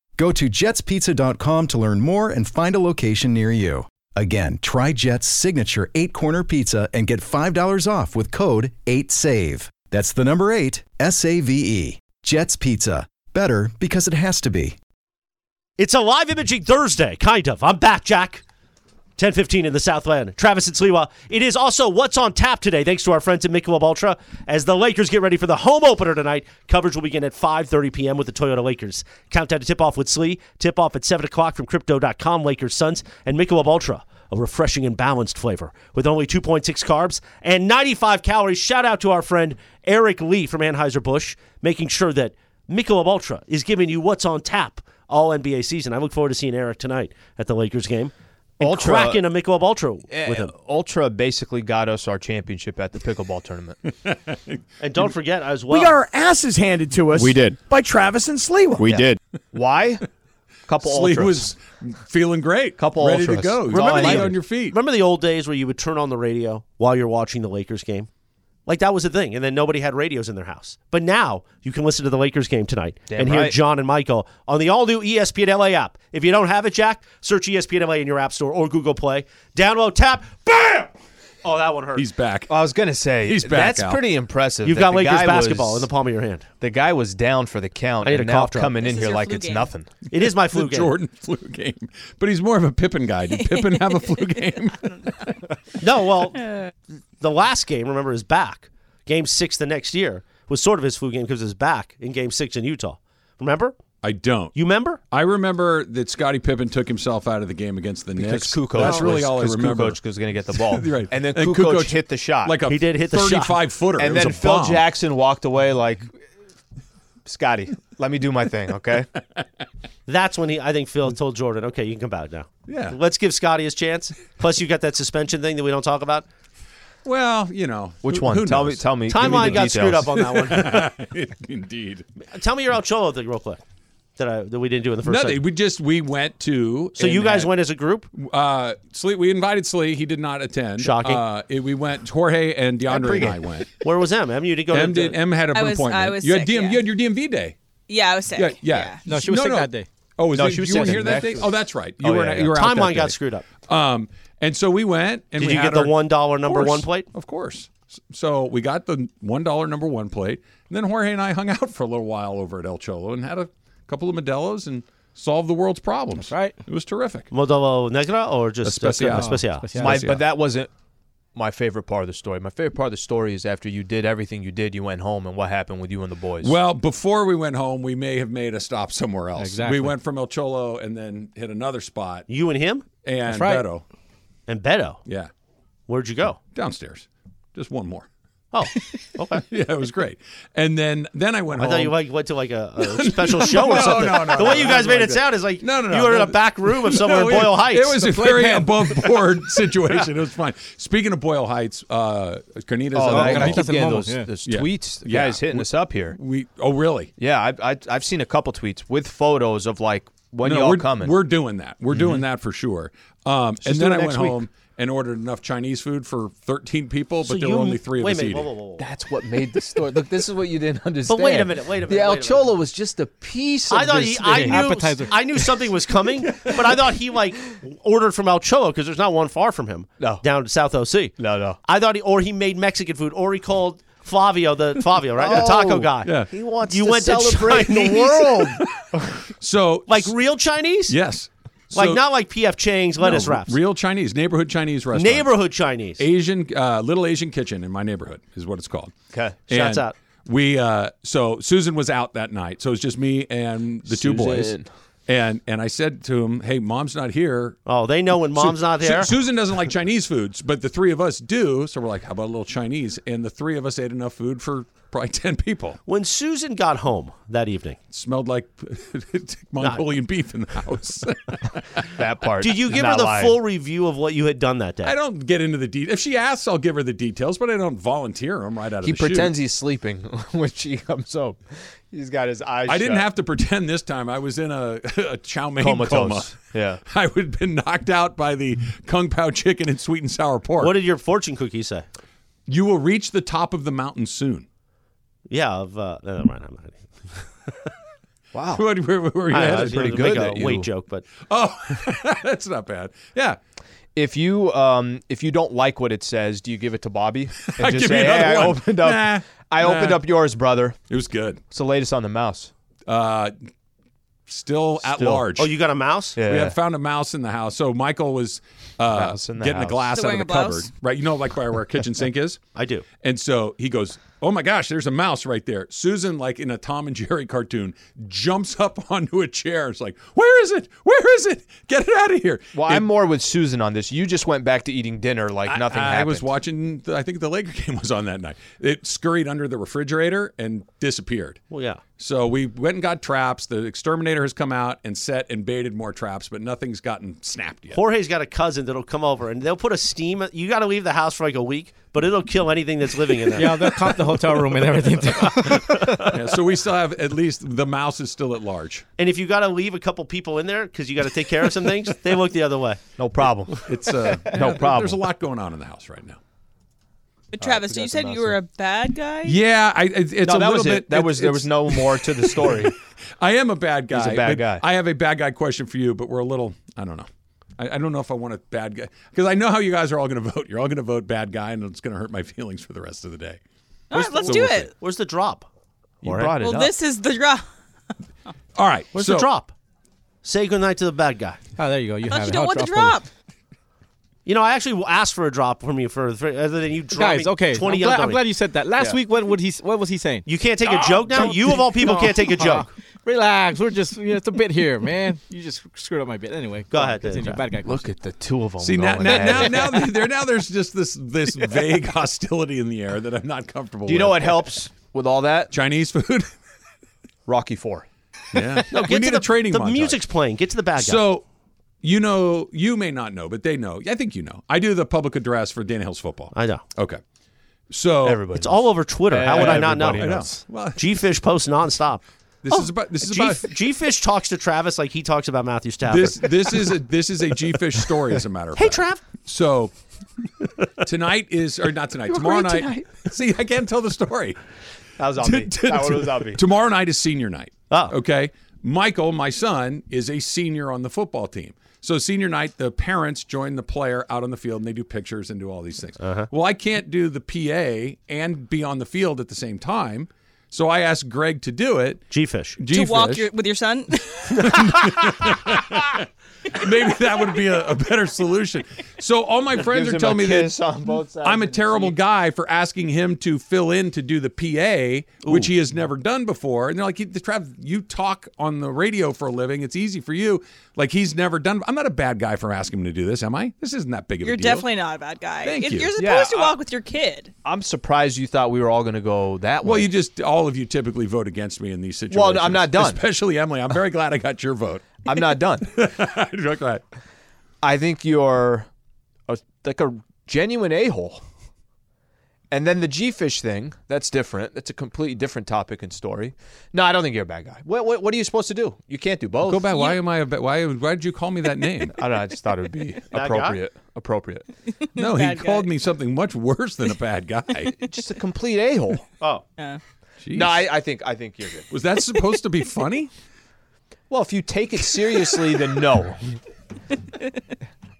Speaker 6: Go to jetspizza.com to learn more and find a location near you. Again, try Jet's signature eight corner pizza and get $5 off with code 8SAVE. That's the number eight, S A V E. Jet's Pizza. Better because it has to be.
Speaker 1: It's a live imaging Thursday, kind of. I'm back, Jack. 1015 in the Southland. Travis and Sliwa. It is also what's on tap today, thanks to our friends at Michelob Ultra. As the Lakers get ready for the home opener tonight, coverage will begin at 5.30 p.m. with the Toyota Lakers. Countdown to tip-off with Slee. Tip-off at 7 o'clock from Crypto.com, Lakers Suns, and Michelob Ultra, a refreshing and balanced flavor with only 2.6 carbs and 95 calories. Shout out to our friend Eric Lee from Anheuser-Busch, making sure that Michelob Ultra is giving you what's on tap all NBA season. I look forward to seeing Eric tonight at the Lakers game. And
Speaker 4: Ultra-
Speaker 1: cracking a Michelob Ultra with him.
Speaker 4: Eh, Ultra basically got us our championship at the pickleball tournament.
Speaker 1: And don't forget as well.
Speaker 7: We got our asses handed to us.
Speaker 8: We did.
Speaker 7: by Travis and Sliwa.
Speaker 8: We did.
Speaker 4: Why? Couple
Speaker 2: Slee
Speaker 4: ultras.
Speaker 2: was feeling great.
Speaker 4: Couple
Speaker 2: ready to
Speaker 4: ultras.
Speaker 2: go.
Speaker 4: Remember
Speaker 2: Remember
Speaker 4: the-
Speaker 2: on your feet.
Speaker 1: Remember the old days where you would turn on the radio while you're watching the Lakers game? Like that was a thing, and then nobody had radios in their house. But now you can listen to the Lakers game tonight
Speaker 4: Damn
Speaker 1: and hear
Speaker 4: right.
Speaker 1: John and Michael on the E all new ESPN LA app. If you don't have it, Jack, search E ESPN LA in your app store or Google Play. Download, tap, bam! Oh, that one hurt.
Speaker 2: He's back.
Speaker 4: I was gonna say
Speaker 2: He's back,
Speaker 4: that's
Speaker 2: Al.
Speaker 4: pretty impressive.
Speaker 1: You've
Speaker 4: that
Speaker 1: got
Speaker 4: the
Speaker 1: Lakers
Speaker 4: guy
Speaker 1: basketball
Speaker 4: was-
Speaker 1: in the palm of your hand.
Speaker 4: The guy was down for the count,
Speaker 1: I need
Speaker 4: and
Speaker 1: a
Speaker 4: now
Speaker 1: cough drop.
Speaker 4: coming in
Speaker 3: This is
Speaker 4: here
Speaker 3: your
Speaker 4: like
Speaker 3: flu
Speaker 4: it's
Speaker 3: game.
Speaker 4: nothing.
Speaker 1: It is my
Speaker 2: the
Speaker 1: flu game.
Speaker 2: Jordan flu game, but he's more of a Pippin guy. Did Pippin have a flu game?
Speaker 1: No, well, the last game, remember, his back. Game six the next year was sort of his flu game because of his back in game six in Utah. Remember?
Speaker 2: I don't.
Speaker 1: You remember?
Speaker 2: I remember that Scottie Pippen took himself out of the game against the
Speaker 4: Because
Speaker 2: Knicks.
Speaker 4: Kukoc
Speaker 2: That's really
Speaker 4: was-
Speaker 2: all I
Speaker 4: because
Speaker 2: remember.
Speaker 4: Kukoc was going to get the ball,
Speaker 2: Right.
Speaker 4: and then Kukoc, hit the shot,
Speaker 2: like a
Speaker 1: He did hit the shot.
Speaker 2: thirty-five footer, It
Speaker 4: and
Speaker 2: was
Speaker 4: then
Speaker 2: a
Speaker 4: Phil
Speaker 2: bomb.
Speaker 4: Jackson walked away like, Scotty, let me do my thing, okay?
Speaker 1: That's when he, I think Phil told Jordan, okay, you can come back now.
Speaker 2: Yeah.
Speaker 1: Let's give Scotty his chance. Plus, you've got that suspension thing that we don't talk about.
Speaker 2: Well, you know
Speaker 4: Which
Speaker 2: who-
Speaker 4: one?
Speaker 2: Who
Speaker 4: tell me,
Speaker 2: knows?
Speaker 4: tell me. give me
Speaker 1: Timeline
Speaker 4: the
Speaker 1: got screwed up
Speaker 4: details.
Speaker 1: on that one.
Speaker 2: Indeed.
Speaker 1: Tell me your Alcholo thing real quick that, I, that we didn't do in the first
Speaker 2: No,
Speaker 1: segment.
Speaker 2: they, we just we went to.
Speaker 1: So you
Speaker 2: and
Speaker 1: guys
Speaker 2: had-
Speaker 1: went as a group?
Speaker 2: Uh, Slee, we invited Slee. He did not attend.
Speaker 1: Shocking.
Speaker 2: Uh, it- we went. Jorge and DeAndre and I went.
Speaker 1: Where was M? M, you didn't go
Speaker 2: M
Speaker 1: to
Speaker 2: did. M had an
Speaker 3: I was-
Speaker 2: appointment.
Speaker 3: I was
Speaker 2: you had
Speaker 3: sick,
Speaker 2: DM.
Speaker 3: yeah. Eh,
Speaker 2: You had your DMV day.
Speaker 3: Yeah, I was sick.
Speaker 2: Yeah, yeah.
Speaker 5: No, she was sick that day.
Speaker 2: Oh, was
Speaker 4: No,
Speaker 2: it-
Speaker 4: she was
Speaker 2: you weren't
Speaker 4: sick
Speaker 2: here that
Speaker 4: that day.
Speaker 2: day. Oh, that's right. You
Speaker 4: yeah,
Speaker 2: were.
Speaker 4: yeah.
Speaker 2: You were out that
Speaker 1: Timeline
Speaker 2: day.
Speaker 1: got screwed up.
Speaker 2: Um, and so we went. And
Speaker 1: Did
Speaker 2: we
Speaker 1: you
Speaker 2: had
Speaker 1: get the
Speaker 2: our-
Speaker 1: $1 number
Speaker 2: Of course,
Speaker 1: one plate?
Speaker 2: Of course. So we got the one dollar number one plate, and then Jorge and I hung out for a little while over at El Cholo and had a couple of Modelo's and solved the world's problems. That's
Speaker 5: right.
Speaker 2: It was terrific.
Speaker 1: Modelo Negra or just
Speaker 2: Especial.
Speaker 1: Especial.
Speaker 4: My, but that wasn't my favorite part of the story. My favorite part of the story is after you did everything you did, you went home, and what happened with you and the boys.
Speaker 2: Well, before we went home, we may have made a stop somewhere else.
Speaker 5: Exactly.
Speaker 2: We went from El Cholo and then hit another spot
Speaker 1: You and him
Speaker 2: and
Speaker 5: right.
Speaker 2: Beto.
Speaker 1: and Beto.
Speaker 2: Yeah,
Speaker 1: Where'd you go?
Speaker 2: downstairs. Just one more.
Speaker 1: Oh, okay.
Speaker 2: Yeah, it was great. And then then I went
Speaker 1: I
Speaker 2: home.
Speaker 1: thought you like went to like a, a special show or something.
Speaker 2: Um, no, no,
Speaker 1: the way
Speaker 2: no,
Speaker 1: you guys
Speaker 2: nothing
Speaker 1: made
Speaker 2: like
Speaker 1: it
Speaker 2: that.
Speaker 1: sound is like
Speaker 2: No, no, no,
Speaker 1: you were in
Speaker 2: no.
Speaker 1: a back room of somewhere
Speaker 2: No,
Speaker 1: in Boyle
Speaker 2: it,
Speaker 1: Heights.
Speaker 2: It was a very above board situation. It was fine. Speaking of Boyle Heights, uh, Carnitas.
Speaker 4: oh,
Speaker 2: Al
Speaker 4: I,
Speaker 5: I
Speaker 4: I
Speaker 2: Alcohol.
Speaker 5: keep
Speaker 4: keep getting
Speaker 5: getting
Speaker 4: those,
Speaker 5: moments,
Speaker 4: those
Speaker 2: yeah.
Speaker 4: tweets. The
Speaker 2: Yeah.
Speaker 4: guys hitting us up here.
Speaker 2: we oh really?
Speaker 4: Yeah, I, I, I've seen a couple tweets with photos of like when
Speaker 2: no,
Speaker 4: y'all
Speaker 2: we're
Speaker 4: coming.
Speaker 2: We're doing that.
Speaker 1: Mm-hmm.
Speaker 2: We're doing that for sure. Um, and
Speaker 4: do
Speaker 2: then
Speaker 4: it
Speaker 2: I went
Speaker 4: next week.
Speaker 2: home and ordered enough Chinese food for 13 people, but there were only three of
Speaker 1: wait
Speaker 2: us
Speaker 1: a minute,
Speaker 2: eating.
Speaker 1: Whoa, whoa, whoa, whoa.
Speaker 4: That's what made the story. Look, this is what you didn't understand.
Speaker 1: wait a minute, wait a minute,
Speaker 4: The
Speaker 1: wait a
Speaker 4: El
Speaker 1: minute.
Speaker 4: Cholo was just a piece of
Speaker 1: I thought he,
Speaker 4: this
Speaker 1: I
Speaker 4: thing.
Speaker 1: knew
Speaker 5: Appetizer.
Speaker 1: I knew something was coming, but I thought he like ordered from El Cholo because there's not one far from him.
Speaker 4: No.
Speaker 1: down to South OC.
Speaker 4: No, no.
Speaker 1: I thought he or he made Mexican food or he called Flavio the Flavio right the taco
Speaker 4: Oh,
Speaker 1: guy.
Speaker 2: yeah.
Speaker 4: He wants
Speaker 1: you
Speaker 4: to
Speaker 1: went
Speaker 4: celebrate
Speaker 1: to
Speaker 4: the
Speaker 1: Chinese,
Speaker 4: world.
Speaker 2: So
Speaker 1: like real Chinese.
Speaker 2: yes,
Speaker 1: like
Speaker 2: So-
Speaker 1: not like PF Chang's lettuce
Speaker 2: No,
Speaker 1: wraps.
Speaker 2: real Chinese neighborhood Chinese restaurant,
Speaker 1: neighborhood Chinese.
Speaker 2: Asian uh, little Asian kitchen in my neighborhood is what it's called.
Speaker 4: Okay.
Speaker 1: Shouts
Speaker 2: And
Speaker 1: out.
Speaker 2: We uh, so Susan was out that night, so it was just me and the two boys.
Speaker 4: Susan.
Speaker 2: And and I said to him, "Hey, mom's not here.
Speaker 1: Oh, they know when mom's
Speaker 2: Su-
Speaker 1: not
Speaker 2: Su-
Speaker 1: there.
Speaker 2: Susan doesn't like Chinese foods, but the three of us do. So we're like, how about a little Chinese? And the three of us ate enough food for probably 10 people.
Speaker 1: When Susan got home that evening,
Speaker 2: It smelled like Mongolian beef in the house.
Speaker 4: That part.
Speaker 1: did you give her
Speaker 4: Not
Speaker 1: the
Speaker 4: lying.
Speaker 1: full review of what you had done that day?
Speaker 2: I don't get into the details. If she asks, I'll give her the details, but I don't volunteer them right out of
Speaker 4: He
Speaker 2: the chute.
Speaker 4: pretends he's sleeping when she comes home. He's got his eyes.
Speaker 2: I didn't
Speaker 4: shut.
Speaker 2: have to pretend this time. I was in a, a chow mein coma.
Speaker 4: Comatose. Yeah.
Speaker 2: I would have been knocked out by the kung pao chicken and sweet and sour pork.
Speaker 1: What did your fortune cookie say?
Speaker 2: you will reach the top of the mountain soon.
Speaker 1: Yeah, of uh, no, never mind. I'm not.
Speaker 4: Wow.
Speaker 2: Where, where, where were you
Speaker 1: I- I
Speaker 2: headed?
Speaker 1: was gonna
Speaker 4: pretty good
Speaker 1: Make
Speaker 4: that
Speaker 1: a
Speaker 4: you-
Speaker 1: weight joke, but
Speaker 2: Oh, that's not bad. Yeah.
Speaker 4: If you um if you don't like what it says, do you give it to Bobby and
Speaker 2: I
Speaker 4: just
Speaker 2: give you
Speaker 4: say,
Speaker 2: another
Speaker 4: "Hey, I
Speaker 2: one."
Speaker 4: opened up,
Speaker 2: Nah,
Speaker 4: I opened
Speaker 2: nah.
Speaker 4: up yours, brother."
Speaker 2: It was good.
Speaker 4: It's the latest on the mouse.
Speaker 2: Uh, still, at large.
Speaker 1: oh, you got a mouse?
Speaker 4: Yeah.
Speaker 2: We had found a mouse in the house. So Michael was uh,
Speaker 4: Mouse in the
Speaker 2: getting a
Speaker 4: house.
Speaker 2: glass
Speaker 3: Still
Speaker 2: out of
Speaker 3: wearing
Speaker 2: the
Speaker 3: a blouse?
Speaker 2: cupboard, right? You know, like by where our kitchen sink is.
Speaker 1: I do.
Speaker 2: And so he goes, "Oh my gosh, there's a mouse right there." Susan, like in a Tom and Jerry cartoon, jumps up onto a chair. It's like, "Where is it? Where is it? Get it out of here!"
Speaker 4: Well,
Speaker 2: It-
Speaker 4: I'm more with Susan on this. You just went back to eating dinner like nothing
Speaker 2: I,
Speaker 4: happened.
Speaker 2: I was watching. The, I think the Laker game was on that night. It scurried under the refrigerator and disappeared.
Speaker 1: Well, yeah.
Speaker 2: So we went and got traps. The exterminator has come out and set and baited more traps, but nothing's gotten snapped yet.
Speaker 1: Jorge's got a cousin that'll come over and they'll put a steam. You got to leave the house for like a week, but it'll kill anything that's living in there.
Speaker 5: Yeah, they'll cop the hotel room and everything. Too.
Speaker 2: Yeah, so we still have at least the mouse is still at large.
Speaker 1: And if you got to leave a couple people in there because you got to take care of some things, they look the other way.
Speaker 4: no problem.
Speaker 2: It's uh,
Speaker 4: No
Speaker 2: yeah,
Speaker 4: problem.
Speaker 2: There's a lot going on in the house right now.
Speaker 3: Travis, you said you were a bad guy.
Speaker 2: Yeah, I, it- it's
Speaker 4: no,
Speaker 2: a
Speaker 4: that
Speaker 2: little
Speaker 4: was
Speaker 2: bit.
Speaker 4: it. That
Speaker 2: it's-
Speaker 4: was there
Speaker 2: it's-
Speaker 4: was no more to the story.
Speaker 2: I am a bad guy.
Speaker 4: a
Speaker 2: but
Speaker 4: bad guy.
Speaker 2: I have a bad guy question for you, but we're a little. I don't know. I, I don't know if I want a bad guy because I know how you guys are all going to vote. You're all going to vote bad guy, and it's going to hurt my feelings for the rest of the day.
Speaker 3: All right, let's
Speaker 2: so
Speaker 3: do
Speaker 2: we'll
Speaker 3: it.
Speaker 1: Where's the drop?
Speaker 4: you brought it
Speaker 3: Well,
Speaker 4: up.
Speaker 3: this is the draw.
Speaker 2: All right,
Speaker 1: Where's
Speaker 2: so
Speaker 1: the drop? Say goodnight to the bad guy.
Speaker 5: Oh, there you go. You
Speaker 3: Thought
Speaker 5: have
Speaker 3: you
Speaker 5: it.
Speaker 3: don't
Speaker 5: I'll
Speaker 3: want the
Speaker 5: for you.
Speaker 3: drop.
Speaker 1: You know, I actually asked for a drop from you for, for other than you dropping
Speaker 5: Guys, okay. I'm
Speaker 1: 20
Speaker 5: glad,
Speaker 1: other
Speaker 5: I'm
Speaker 1: week.
Speaker 5: glad you said that. Last week, what would he? What was he saying?
Speaker 1: You can't take a joke now?
Speaker 5: don't-
Speaker 1: You, of all people, can't take a joke.
Speaker 5: Relax. We're just you know, it's a bit here, man. You just screwed up my bit. Anyway, go,
Speaker 1: ahead,
Speaker 5: continue.
Speaker 1: Dave.
Speaker 5: Bad guy.
Speaker 4: Look at the two of them.
Speaker 2: See now,
Speaker 4: going
Speaker 2: now,
Speaker 4: at
Speaker 2: now,
Speaker 4: it.
Speaker 2: now, there, now there's just this this vague hostility in the air that I'm not comfortable.
Speaker 4: Do you
Speaker 2: with.
Speaker 4: know what helps with all that?
Speaker 2: Chinese food?
Speaker 4: Rocky Four.
Speaker 2: yeah, no,
Speaker 1: Get
Speaker 2: we
Speaker 1: to
Speaker 2: need
Speaker 1: the,
Speaker 2: a training.
Speaker 1: The
Speaker 2: montage.
Speaker 1: music's playing. Get to the bad guy.
Speaker 2: So, you know, you may not know, but they know. I think you know. I do the public address for Dan Hills football.
Speaker 1: I know.
Speaker 2: Okay. So
Speaker 4: Everybody.
Speaker 1: It's all over Twitter. How would I not know?
Speaker 4: Everybody knows.
Speaker 2: Well,
Speaker 1: G Fish posts nonstop.
Speaker 2: this is about this is
Speaker 1: G,
Speaker 2: about
Speaker 1: G Fish talks to Travis like he talks about Matthew Stafford.
Speaker 2: this this is a this is a G Fish story as a matter of
Speaker 1: hey, Trav.
Speaker 2: fact. So tonight is or not tonight, tomorrow night. See, I can't tell the story.
Speaker 4: That was on me. That one was Ah. on me.
Speaker 2: Tomorrow night is senior night.
Speaker 1: Oh.
Speaker 2: Okay. Michael, my son, is a senior on the football team. So senior night, the parents join the player out on the field and they do pictures and do all these things.
Speaker 4: Uh-huh.
Speaker 2: Well, I can't do the PA and be on the field at the same time. So I asked Greg to do it.
Speaker 1: G Fish.
Speaker 3: To
Speaker 2: G-Fish.
Speaker 3: walk your, with your son.
Speaker 2: Maybe that would be a, a better solution. So all my friends
Speaker 4: Gives
Speaker 2: are
Speaker 4: him
Speaker 2: telling me
Speaker 4: a kiss
Speaker 2: that
Speaker 4: on both sides
Speaker 2: I'm a
Speaker 4: of the
Speaker 2: terrible
Speaker 4: cheek.
Speaker 2: guy for asking him to fill in to do the PA, which he has never done before. And they're like, Trav, you talk on the radio for a living. It's easy for you. Like he's never done. I'm not a bad guy for asking him to do this, am I? This isn't that big of
Speaker 3: You're
Speaker 2: a deal.
Speaker 3: definitely not a bad guy.
Speaker 2: Thank
Speaker 3: If
Speaker 2: you.
Speaker 3: You're supposed
Speaker 4: Yeah,
Speaker 3: to
Speaker 4: I-
Speaker 3: walk with your kid.
Speaker 4: I'm surprised you thought we were all going to go that way.
Speaker 2: Well, you just all of you typically vote against me in these
Speaker 4: Well,
Speaker 2: situations.
Speaker 4: I'm not done.
Speaker 2: Especially Emily. I'm very glad I got your vote.
Speaker 4: I'm not done.
Speaker 2: I'm very glad.
Speaker 4: I think you're a, like a genuine a hole. And then the G fish thing, that's different. That's a completely different topic and story. No, I don't think you're a bad guy. What, what, what are you supposed to do? You can't do both.
Speaker 2: Go back. Why am I? A, ba- why? Why did you call me that name?
Speaker 4: I don't know. I just thought it would be appropriate. Appropriate.
Speaker 2: No, he
Speaker 3: Bad guy.
Speaker 2: called me something much worse than a bad guy.
Speaker 4: Just a complete a hole.
Speaker 1: Oh.
Speaker 2: Jeez.
Speaker 4: No, I, I think I think you're good.
Speaker 2: Was that supposed to be funny?
Speaker 4: Well, if you take it seriously, then no.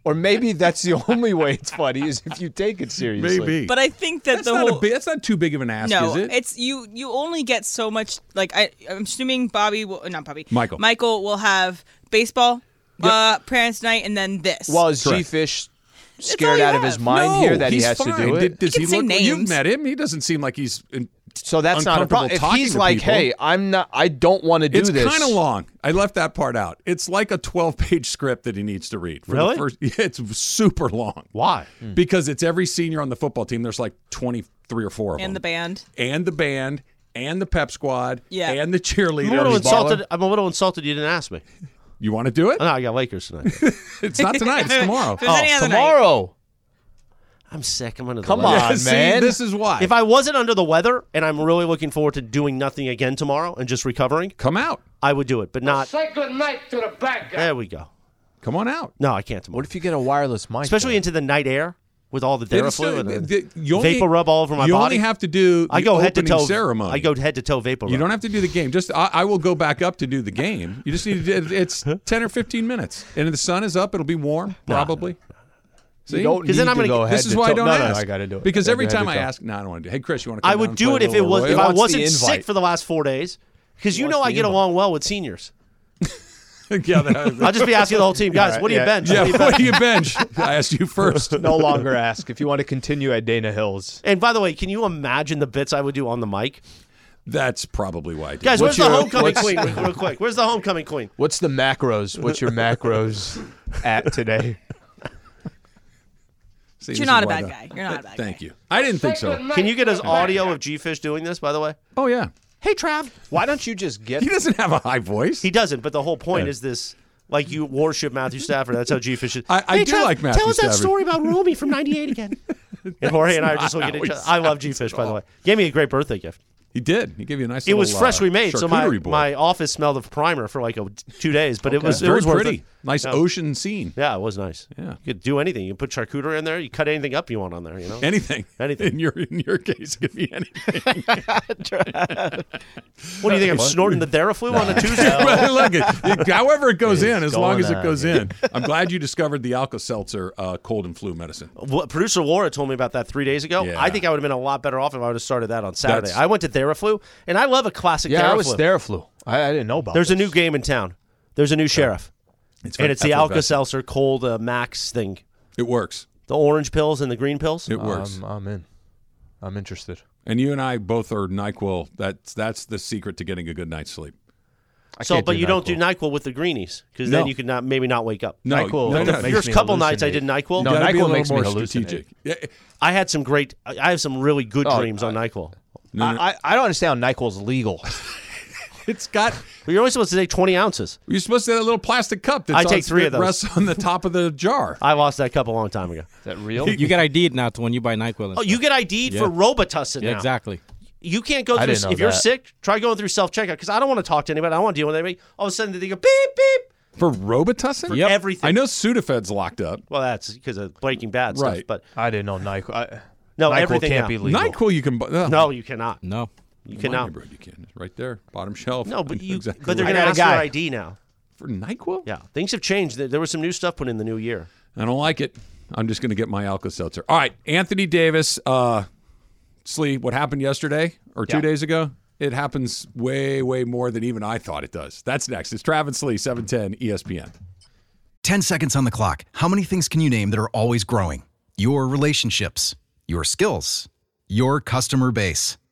Speaker 4: or maybe that's the only way it's funny is if you take it seriously.
Speaker 3: But I think that
Speaker 2: that's
Speaker 3: the
Speaker 2: not
Speaker 3: whole
Speaker 2: a big, that's not too big of an ask,
Speaker 3: no,
Speaker 2: is it?
Speaker 3: it's you. You only get so much. Like I, I'm assuming Bobby will not Bobby.
Speaker 2: Michael.
Speaker 3: Michael will have baseball, uh, parents' night, and then this.
Speaker 4: Well, is G
Speaker 2: Correct.
Speaker 4: Fish
Speaker 3: all
Speaker 4: scared
Speaker 3: you
Speaker 4: out of his
Speaker 3: have.
Speaker 4: mind
Speaker 2: no,
Speaker 4: here that he
Speaker 2: he's
Speaker 4: has
Speaker 2: fine.
Speaker 4: to do it?
Speaker 2: Did- does
Speaker 3: You
Speaker 2: he
Speaker 3: can say
Speaker 2: look? You've
Speaker 3: names.
Speaker 2: met him. He doesn't seem like he's. In,
Speaker 4: So that's not a problem. If
Speaker 2: uncomfortable talking
Speaker 4: he's
Speaker 2: to
Speaker 4: like,
Speaker 2: people.
Speaker 4: "Hey, I'm not. I don't want to do
Speaker 2: it's
Speaker 4: this."
Speaker 2: kind of long. I left that part out. It's like a 12-page script that he needs to read. For
Speaker 1: Really?
Speaker 2: The first, yeah, it's super long
Speaker 1: Why?
Speaker 2: because it's every senior on the football team. There's like 20, three or four of
Speaker 3: and the
Speaker 2: them,
Speaker 3: band.
Speaker 2: and the band, and the pep squad,
Speaker 3: Yeah.
Speaker 2: and the cheerleaders.
Speaker 1: I'm a little
Speaker 2: Baller.
Speaker 1: insulted. I'm a little insulted you didn't ask me.
Speaker 2: You want to do it?
Speaker 1: Oh, no, I got Lakers tonight.
Speaker 2: It's not tonight. It's tomorrow.
Speaker 3: If it was any other night-
Speaker 4: Tomorrow.
Speaker 1: I'm sick. I'm under the
Speaker 4: Come
Speaker 1: weather.
Speaker 4: on,
Speaker 2: See,
Speaker 4: Oh, man.
Speaker 2: this is why.
Speaker 1: If I wasn't under the weather and I'm really looking forward to doing nothing again tomorrow and just recovering,
Speaker 2: come out,
Speaker 1: I would do it, but not.
Speaker 8: Say good night to the bad guy.
Speaker 1: There we go.
Speaker 2: come on out.
Speaker 1: No, I can't tomorrow.
Speaker 4: What if you get a wireless mic?
Speaker 1: Especially
Speaker 4: though?
Speaker 1: into the night air with all the
Speaker 2: They just
Speaker 1: Theraflu
Speaker 2: don't-
Speaker 1: and the,
Speaker 2: they- they- you only-
Speaker 1: vapor rub all over my
Speaker 2: you
Speaker 1: body.
Speaker 2: only have to do.
Speaker 1: I
Speaker 2: the
Speaker 1: go head to
Speaker 2: opening
Speaker 1: toe
Speaker 2: ceremony.
Speaker 1: I go head to toe vapor
Speaker 2: You
Speaker 1: rub.
Speaker 2: don't have to do the game. Just I, I will go back up to do the game. You just need to. do- It's ten or fifteen minutes, and the sun is up. It'll be warm, probably. See,
Speaker 4: You don't
Speaker 1: 'Cause then
Speaker 4: need
Speaker 1: I'm gonna
Speaker 4: to go
Speaker 1: get-
Speaker 4: head
Speaker 2: this is
Speaker 4: to
Speaker 2: why
Speaker 4: toe.
Speaker 2: I don't
Speaker 4: no,
Speaker 2: ask.
Speaker 4: No, no, I gotta do it.
Speaker 2: because
Speaker 4: I
Speaker 2: every
Speaker 4: gotta
Speaker 2: time
Speaker 4: do
Speaker 2: I
Speaker 4: it.
Speaker 2: ask, no, I don't want to do. it. Hey, Chris, you want to?
Speaker 1: I would do it if it was
Speaker 4: Roy.
Speaker 1: if
Speaker 4: He
Speaker 1: I
Speaker 4: wants the
Speaker 1: wasn't sick
Speaker 4: invite.
Speaker 1: for the last four days. Because you know
Speaker 4: wants
Speaker 1: I
Speaker 4: the
Speaker 1: get
Speaker 4: invite.
Speaker 1: along well with seniors.
Speaker 2: yeah, that,
Speaker 1: I'll just be asking the whole team, guys, what do you
Speaker 4: yeah.
Speaker 1: bench?
Speaker 2: yeah.
Speaker 1: What do you
Speaker 2: What do you bench? I asked you first.
Speaker 4: No longer ask. If you want to continue at Dana Hills,
Speaker 1: And by the way, can you imagine the bits I would do on the mic?
Speaker 2: That's probably why. I did.
Speaker 1: Guys,
Speaker 2: it.
Speaker 4: What's
Speaker 1: where's the
Speaker 4: your-
Speaker 1: homecoming
Speaker 4: what's-
Speaker 1: queen? Real real quick. Where's the homecoming queen?
Speaker 4: what's the macros? What's your macros at today?
Speaker 2: See,
Speaker 3: But
Speaker 2: this
Speaker 3: you're
Speaker 2: is
Speaker 3: not a
Speaker 2: why
Speaker 3: bad
Speaker 2: the-
Speaker 3: guy. You're not a bad guy.
Speaker 2: Thank you. I didn't think so.
Speaker 1: Can you get us audio of G Fish doing this, by the way?
Speaker 2: Oh yeah,
Speaker 1: Hey, Trav.
Speaker 4: Why don't you just get
Speaker 2: he doesn't have a high voice.
Speaker 1: He doesn't, but the whole point is this. Like you worship Matthew Stafford. That's how G Fish is.
Speaker 2: I- I
Speaker 1: hey,
Speaker 2: do
Speaker 1: Trav,
Speaker 2: like
Speaker 1: Tell
Speaker 2: Matthew
Speaker 1: us that
Speaker 2: Stafford.
Speaker 1: story about Romy from '98 again. and Jorge and I are
Speaker 2: not
Speaker 1: just looking at
Speaker 2: how
Speaker 1: each
Speaker 2: he
Speaker 1: other. I love G
Speaker 2: sounds
Speaker 1: Fish,
Speaker 2: at
Speaker 1: by the
Speaker 2: all.
Speaker 1: way. Gave me a great birthday gift.
Speaker 2: He did. He gave you a nice.
Speaker 1: It was
Speaker 2: little, uh,
Speaker 1: freshly made, so my
Speaker 2: charcuterie board.
Speaker 1: my office smelled of primer for like a, two days, but it was
Speaker 2: It's very
Speaker 1: it was worth
Speaker 2: pretty.
Speaker 1: it.
Speaker 2: Nice
Speaker 1: Yeah.
Speaker 2: ocean scene.
Speaker 1: Yeah, it was nice.
Speaker 2: Yeah.
Speaker 1: you could do anything. You could put charcuterie in there. You cut anything up you want on there. You know,
Speaker 2: Anything.
Speaker 1: Anything.
Speaker 2: In your in your case, it could be anything.
Speaker 1: what do you think? I'm snorting the Theraflu on a Tuesday.
Speaker 2: Well, look, it, it- however it goes in, as long
Speaker 4: going
Speaker 2: as it
Speaker 4: on,
Speaker 2: goes in. I'm glad you discovered the Alka Seltzer uh, cold and flu medicine.
Speaker 1: What, producer Laura told me about that three days ago.
Speaker 2: Yeah.
Speaker 1: I think I would have been a lot better off if I would have started that on Saturday.
Speaker 2: That's-
Speaker 1: I went to Theraflu, and I love a classic.
Speaker 4: Yeah,
Speaker 1: Theraflu.
Speaker 4: I was Theraflu. I, I didn't know about.
Speaker 1: There's a
Speaker 4: this.
Speaker 1: new game in town. There's a new sheriff,
Speaker 2: It's
Speaker 1: and
Speaker 2: very
Speaker 1: it's the Alka
Speaker 2: effervescent.
Speaker 1: Seltzer cold uh, Max thing.
Speaker 2: It works.
Speaker 1: The orange pills and the green pills.
Speaker 2: It works.
Speaker 1: Um,
Speaker 4: I'm, I'm in. I'm interested.
Speaker 2: and you and I both are Nyquil. That's that's the secret to getting a good night's sleep.
Speaker 4: I
Speaker 1: so,
Speaker 4: can't
Speaker 1: but you don't do
Speaker 4: NyQuil.
Speaker 1: NyQuil with the greenies because
Speaker 2: No.
Speaker 1: then you could not maybe not wake up.
Speaker 2: No, no,
Speaker 4: NyQuil makes
Speaker 2: no.
Speaker 4: me
Speaker 1: The first couple nights I
Speaker 4: hallucinate.
Speaker 1: did NyQuil.
Speaker 4: No,
Speaker 2: You gotta be a
Speaker 4: NyQuil
Speaker 2: little
Speaker 4: makes me
Speaker 2: more
Speaker 4: hallucinate.
Speaker 2: strategic. Yeah, it-
Speaker 1: I had some great. I have some really good dreams on Nyquil.
Speaker 2: No, no.
Speaker 4: I, I, I don't understand how NyQuil's legal.
Speaker 2: It's got.
Speaker 1: But you're only supposed to take 20 ounces.
Speaker 2: You're supposed to have that little plastic cup. That's
Speaker 1: I take
Speaker 2: on-
Speaker 1: three of
Speaker 2: that
Speaker 1: those.
Speaker 2: Rests on the top of the jar.
Speaker 1: I lost that cup a long time ago.
Speaker 4: Is that real?
Speaker 5: You get ID'd now to when you buy NyQuil. and
Speaker 1: Oh, you
Speaker 5: stuff.
Speaker 1: get ID'd for Robitussin
Speaker 5: yeah,
Speaker 1: now.
Speaker 5: exactly.
Speaker 1: You can't go
Speaker 4: I
Speaker 1: through.
Speaker 4: didn't know
Speaker 1: if you're
Speaker 4: that.
Speaker 1: sick, try going through self checkout because I don't want to talk to anybody. I don't want to deal with anybody. All of a sudden they go beep beep.
Speaker 2: For Robitussin? For
Speaker 1: everything.
Speaker 2: I know Sudafed's locked up.
Speaker 1: Well, that's because of Breaking Bad stuff.
Speaker 2: Right.
Speaker 1: But
Speaker 4: I didn't know NyQuil. I,
Speaker 1: No,
Speaker 4: NyQuil
Speaker 1: everything
Speaker 4: can't
Speaker 1: now.
Speaker 4: be legal.
Speaker 2: NyQuil you can buy. ugh.
Speaker 1: no, you cannot.
Speaker 5: No.
Speaker 1: You
Speaker 2: Wine
Speaker 1: cannot.
Speaker 2: Neighborhood, you can. It's right there, bottom shelf.
Speaker 1: No, but you.
Speaker 2: Exactly
Speaker 1: But they're
Speaker 2: right.
Speaker 1: going to
Speaker 4: got a
Speaker 1: ask for
Speaker 4: guy.
Speaker 1: ID now.
Speaker 2: for Nyquil.
Speaker 1: Yeah, things have changed. There there was some new stuff put in the new year.
Speaker 2: I don't like it. I'm just going to get my Alka Seltzer. All right, Anthony Davis, uh, Slee. What happened yesterday or two
Speaker 4: Yeah.
Speaker 2: days ago? It happens way, way more than even I thought it does. That's next. It's Travis Slee, seven ten, E ESPN.
Speaker 6: 10 seconds on the clock. How many things can you name that are always growing? Your relationships, your skills, your customer base.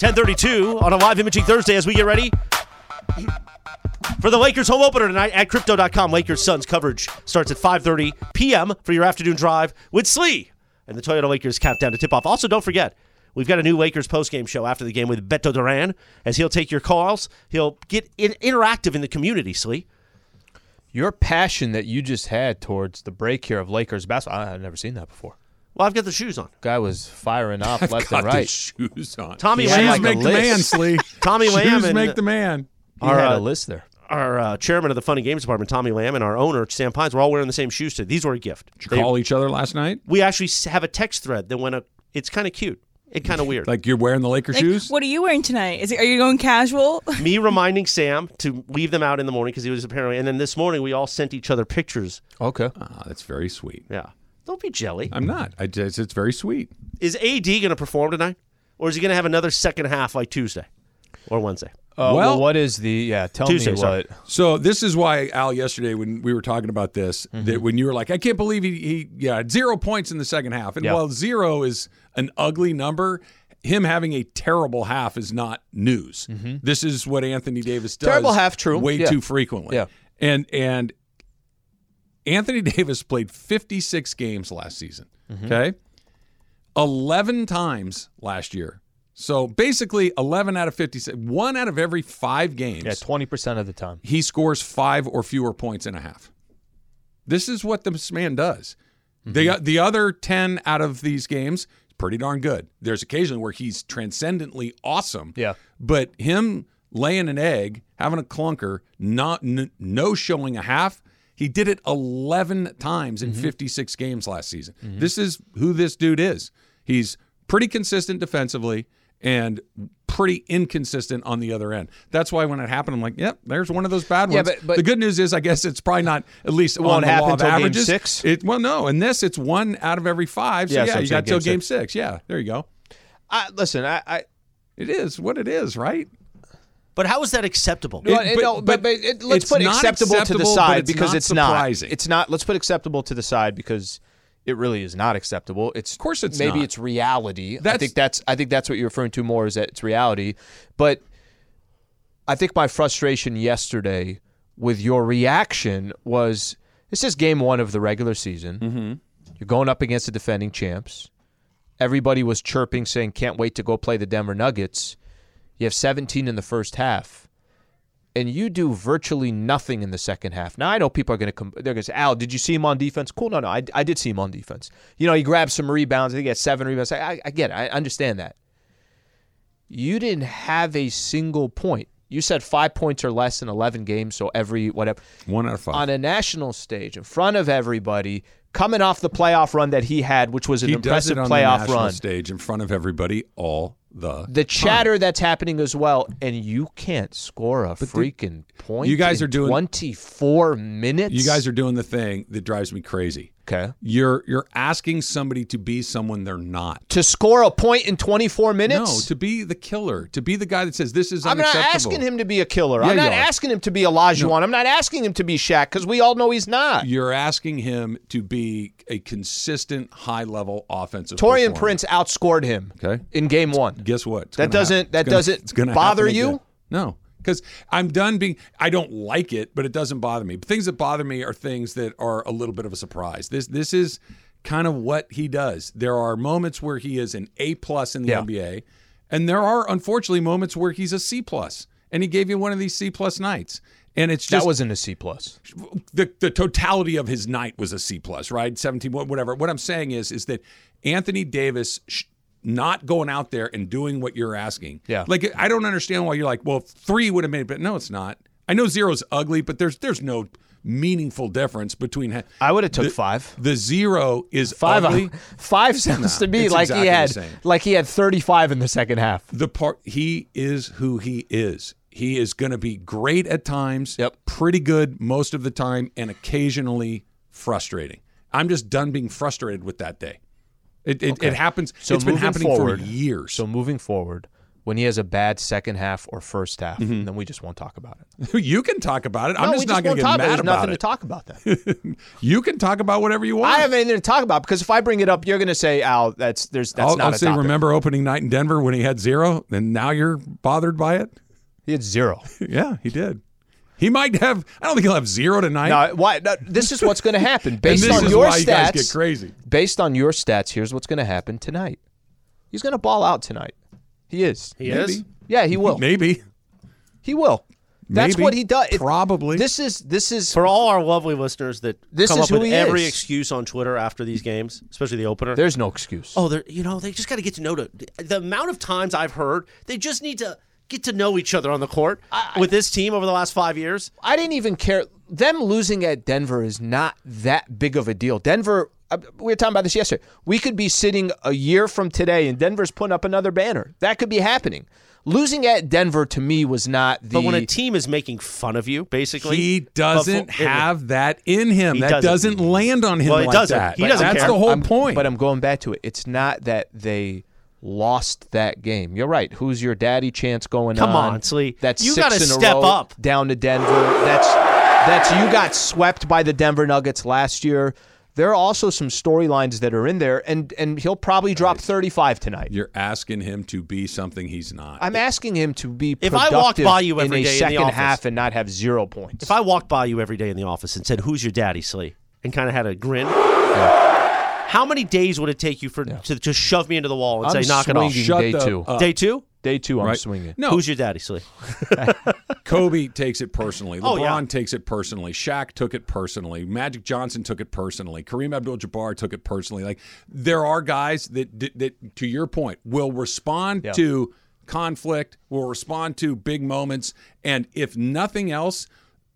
Speaker 1: 1032 on a live imaging Thursday as we get ready for the Lakers home opener tonight at crypto.com. Lakers Suns coverage starts at 5:30 p.m. for your afternoon drive with Slee and the Toyota Lakers countdown to tip off. Also, don't forget We've got a new Lakers postgame show after the game with Beto Duran as he'll take your calls. He'll get in- interactive in the community, Slee.
Speaker 4: Your passion that you just had towards the break here of Lakers basketball, I, I've never seen that before.
Speaker 1: Well, I've got the shoes on.
Speaker 4: Guy was firing off left
Speaker 2: Got
Speaker 4: and
Speaker 2: the
Speaker 4: right.
Speaker 2: shoes on.
Speaker 1: Tommy
Speaker 4: He
Speaker 2: shoes
Speaker 4: had
Speaker 1: Lamb,
Speaker 4: like a
Speaker 2: make the
Speaker 4: list.
Speaker 2: man, Slee.
Speaker 1: Tommy
Speaker 2: shoes
Speaker 1: Lamb and-
Speaker 2: make the man.
Speaker 4: he had
Speaker 1: uh,
Speaker 4: a list there.
Speaker 1: our uh, chairman of the Funny Games Department, Tommy Lamb, and our owner, Sam Pines, we're all wearing the same shoes today. These were a gift.
Speaker 2: Did
Speaker 1: They-
Speaker 2: you call each other last night?
Speaker 1: we actually s- have a text thread that went up. It's kind of cute. It kind of weird.
Speaker 2: Like you're wearing the Laker
Speaker 3: Like,
Speaker 2: shoes?
Speaker 3: what are you wearing tonight? Is it, are you going casual?
Speaker 1: me reminding Sam to leave them out in the morning because he was apparently. And then this morning we all sent each other pictures.
Speaker 4: Okay.
Speaker 2: Ah, that's very sweet.
Speaker 1: Yeah, Don't be jelly.
Speaker 2: I'm not. I just, it's very sweet.
Speaker 1: Is AD going to perform tonight, or is he going to have another second half like Tuesday or Wednesday?
Speaker 4: Uh, well,
Speaker 2: Well-
Speaker 4: what is the yeah? Tell
Speaker 1: Tuesday,
Speaker 4: me
Speaker 1: sorry.
Speaker 4: what.
Speaker 2: So this is why Al yesterday when we were talking about this that
Speaker 4: Mm-hmm.
Speaker 2: when you were like I can't believe he, he yeah zero points in the second half and
Speaker 4: Yeah.
Speaker 2: while zero is an ugly number him having a terrible half is not news this is what Anthony Davis does
Speaker 4: Mm-hmm. Terrible half, true.
Speaker 2: way
Speaker 4: Yeah.
Speaker 2: too frequently
Speaker 4: Yeah.
Speaker 2: and and Anthony Davis played 56 games last season
Speaker 4: Mm-hmm.
Speaker 2: okay 11 times last year so basically 11 out of 56 one out of every 5 games
Speaker 4: Yeah, twenty percent of the time.
Speaker 2: he scores five or fewer points and a half. This is what this man does. The
Speaker 4: Mm-hmm.
Speaker 2: the other ten out of these games, pretty darn good. There's occasionally where he's transcendently awesome.
Speaker 4: Yeah.
Speaker 2: But him laying an egg, having a clunker, not n- no showing a half. He did it 11 times
Speaker 4: Mm-hmm.
Speaker 2: in 56 games last season. This is who this dude is. He's pretty consistent defensively and pretty inconsistent on the other end. That's why when it happened, I'm like, yep, there's one of those bad ones.
Speaker 4: Yeah, but- but-
Speaker 2: the good news is, I guess it's probably not at least
Speaker 4: won't
Speaker 2: on the
Speaker 4: happen
Speaker 2: law of
Speaker 4: till game
Speaker 2: averages.
Speaker 4: six?
Speaker 2: It, well, no, in this it's one out of every five. So
Speaker 4: Yeah,
Speaker 2: yeah,
Speaker 4: so I'm
Speaker 2: you
Speaker 4: saying
Speaker 2: got till
Speaker 4: game
Speaker 2: game six. Yeah, there you go.
Speaker 4: I, listen, I, I
Speaker 2: It is what it is, right?
Speaker 1: But how is that acceptable?
Speaker 4: Well,
Speaker 2: It-
Speaker 4: it-
Speaker 2: but-
Speaker 4: no, but,
Speaker 2: but
Speaker 4: but it- let's
Speaker 2: it's
Speaker 4: put
Speaker 2: not
Speaker 4: acceptable, to the
Speaker 2: acceptable, but
Speaker 4: side
Speaker 2: it's
Speaker 4: because
Speaker 2: not
Speaker 4: it's
Speaker 2: surprising.
Speaker 4: not. It's not. Let's put acceptable to the side because it really is not acceptable. It's of
Speaker 2: course it's
Speaker 4: maybe
Speaker 2: not.
Speaker 4: it's reality. I
Speaker 2: That's-
Speaker 4: think that's I think that's what you're referring to more is that it's reality. But I think my frustration yesterday with your reaction was this is game one of the regular season. Mm-hmm. You're going up against the defending champs. Everybody was chirping, saying, "Can't wait to go play the Denver Nuggets." You have 17 in the first half, and you do virtually nothing in the second half. Now I know people are going to come. They're going to say, "Al, did you see him on defense?" Cool. No, no, I, I did see him on defense. You know, he grabbed some rebounds. I think he had seven rebounds. I, I, I get it. I understand that. You didn't have a single point. You said five points or less in 11 games, so every whatever
Speaker 2: One out of five.
Speaker 4: on a national stage in front of everybody, coming off the playoff run that he had, which was an
Speaker 2: he does
Speaker 4: impressive
Speaker 2: it on the
Speaker 4: playoff
Speaker 2: national
Speaker 4: run.
Speaker 2: stage in front of everybody all the
Speaker 4: The chatter that's happening as well, and you can't score a freaking point.
Speaker 2: you guys
Speaker 4: in
Speaker 2: are doing-
Speaker 4: 24 minutes.
Speaker 2: You guys are doing the thing that drives me crazy.
Speaker 4: okay
Speaker 2: You're you're asking somebody to be someone they're not.
Speaker 4: to score a point in 24
Speaker 2: No,
Speaker 4: minutes.
Speaker 2: to be the killer, to be the guy that says this is
Speaker 4: I'm not
Speaker 2: unacceptable.
Speaker 4: asking him to be a killer.
Speaker 2: Yeah,
Speaker 4: I'm not
Speaker 2: you are.
Speaker 4: asking him to be Olajuwon. I'm not asking him to be Shaq because we all know he's not.
Speaker 2: You're asking him to be a consistent, high level offensive.
Speaker 4: Torian
Speaker 2: performer.
Speaker 4: Prince outscored him
Speaker 2: Okay.
Speaker 4: in game one.
Speaker 2: Guess what? It's
Speaker 4: That
Speaker 2: gonna
Speaker 4: doesn't-
Speaker 2: happen.
Speaker 4: that
Speaker 2: It's gonna-
Speaker 4: doesn't
Speaker 2: it's gonna
Speaker 4: bother
Speaker 2: happen
Speaker 4: you?
Speaker 2: again. No, because I'm done being. I don't like it, but it doesn't bother me. But things that bother me are things that are a little bit of a surprise. This this is kind of what he does. There are moments where he is an A plus in the
Speaker 4: Yeah.
Speaker 2: NBA, and there are unfortunately moments where he's a C plus. And he gave you one of these C plus nights, and it's
Speaker 4: that
Speaker 2: just
Speaker 4: wasn't a C plus.
Speaker 2: the the totality of his night was a C plus, right? Seventeen, wha- whatever. What I'm saying is, is that Anthony Davis sh- not going out there and doing what you're asking.
Speaker 4: Yeah.
Speaker 2: like I don't understand why you're like, well, three would have made, it, but no, it's not. I know zero's ugly, but there's there's no meaningful difference between. ha-
Speaker 4: I would have took
Speaker 2: the,
Speaker 4: five.
Speaker 2: The zero is
Speaker 4: Five, uh,
Speaker 2: ugly.
Speaker 4: five sounds
Speaker 2: Nah,
Speaker 4: to me
Speaker 2: it's
Speaker 4: like
Speaker 2: exactly
Speaker 4: he
Speaker 2: the
Speaker 4: had
Speaker 2: same.
Speaker 4: like he had 35 in the second half.
Speaker 2: the part he is who he is. He is going to be great at times,
Speaker 4: Yep.
Speaker 2: pretty good most of the time, and occasionally frustrating. I'm just done being frustrated with that day. It it, it happens.
Speaker 4: So
Speaker 2: it's been
Speaker 4: moving
Speaker 2: happening
Speaker 4: forward-
Speaker 2: for years.
Speaker 4: So moving forward, when he has a bad second half or first half, then we just won't talk about it.
Speaker 2: you can talk about it. Mm-hmm. I'm
Speaker 4: No, we
Speaker 2: just not going
Speaker 4: won't
Speaker 2: to
Speaker 4: talk
Speaker 2: get mad
Speaker 4: There's
Speaker 2: about
Speaker 4: nothing
Speaker 2: it.
Speaker 4: to talk about. Then
Speaker 2: You can talk about whatever you want.
Speaker 4: I have anything to talk about because if I bring it up, you're going to say, "Al, that's there's that's
Speaker 2: I'll,
Speaker 4: not
Speaker 2: I'll
Speaker 4: a
Speaker 2: say,
Speaker 4: topic."
Speaker 2: remember opening night in Denver when he had zero, and now you're bothered by it.
Speaker 4: He had zero.
Speaker 2: yeah, he did. He might have. I don't think he'll have zero tonight.
Speaker 4: Now, why? no, this is what's going to happen
Speaker 2: and
Speaker 4: based
Speaker 2: this
Speaker 4: on
Speaker 2: is
Speaker 4: your
Speaker 2: why you guys get
Speaker 4: stats.
Speaker 2: crazy.
Speaker 4: based on your stats, here's what's going to happen tonight. He's going to ball out tonight. He is.
Speaker 1: he
Speaker 2: Maybe.
Speaker 1: is.
Speaker 4: Yeah, he will.
Speaker 2: Maybe.
Speaker 4: He will. That's
Speaker 2: Maybe.
Speaker 4: what he does. It-
Speaker 2: Probably.
Speaker 4: This is this is
Speaker 1: For all our lovely listeners that
Speaker 4: This
Speaker 1: come
Speaker 4: is
Speaker 1: up
Speaker 4: who
Speaker 1: with
Speaker 4: he
Speaker 1: every
Speaker 4: is.
Speaker 1: excuse on Twitter after these games, especially the opener.
Speaker 4: there's no excuse.
Speaker 1: oh, they're you know they just got to get to know to, the amount of times I've heard they just need to get to know each other on the court with this team over the last five years.
Speaker 4: I didn't even care. Them losing at Denver is not that big of a deal. Denver, uh, we were talking about this yesterday. We could be sitting a year from today and Denver's putting up another banner. That could be happening. Losing at Denver to me was not the.
Speaker 1: But when a team is making fun of you, basically,
Speaker 2: He doesn't
Speaker 1: Buffalo-
Speaker 2: have that in him.
Speaker 1: He
Speaker 2: That doesn't,
Speaker 1: doesn't.
Speaker 2: land on him
Speaker 1: Well, it
Speaker 2: like
Speaker 1: doesn't.
Speaker 2: that.
Speaker 1: He doesn't
Speaker 2: That's
Speaker 1: care.
Speaker 2: the whole
Speaker 4: I'm-
Speaker 2: point.
Speaker 4: But I'm going back to it. It's not that they lost that game. You're right. Who's your daddy chance going
Speaker 1: Come
Speaker 4: on?
Speaker 1: on, Slee.
Speaker 4: That's
Speaker 1: You
Speaker 4: 6
Speaker 1: gotta
Speaker 4: in a
Speaker 1: step
Speaker 4: row
Speaker 1: up.
Speaker 4: down to Denver. That's that's you got swept by the Denver Nuggets last year. There are also some storylines that are in there, and and he'll probably drop 35 tonight.
Speaker 2: You're asking him to be something he's not.
Speaker 4: I'm asking him to be
Speaker 1: If
Speaker 4: productive
Speaker 1: I walked by you
Speaker 4: in
Speaker 1: every
Speaker 4: a
Speaker 1: day in the
Speaker 4: second
Speaker 1: office-
Speaker 4: half and not have zero points.
Speaker 1: if I walked by you every day in the office and said, "Who's your daddy, Slee?" and kind of had a grin, how many days would it take you for to, to shove me into the wall and
Speaker 4: I'm
Speaker 1: say, "Knock it off"?
Speaker 4: swinging
Speaker 2: Shut
Speaker 4: day
Speaker 2: the-
Speaker 4: two.
Speaker 2: uh,
Speaker 1: Day two,
Speaker 4: day two, I'm
Speaker 2: right?
Speaker 4: swinging.
Speaker 2: No,
Speaker 1: who's your daddy, Slee?
Speaker 2: Kobe takes it personally. LeBron
Speaker 1: Oh, yeah.
Speaker 2: takes it personally. Shaq took it personally. Magic Johnson took it personally. Kareem Abdul-Jabbar took it personally. Like there are guys that that, that to your point will respond to conflict, will respond to big moments, and if nothing else,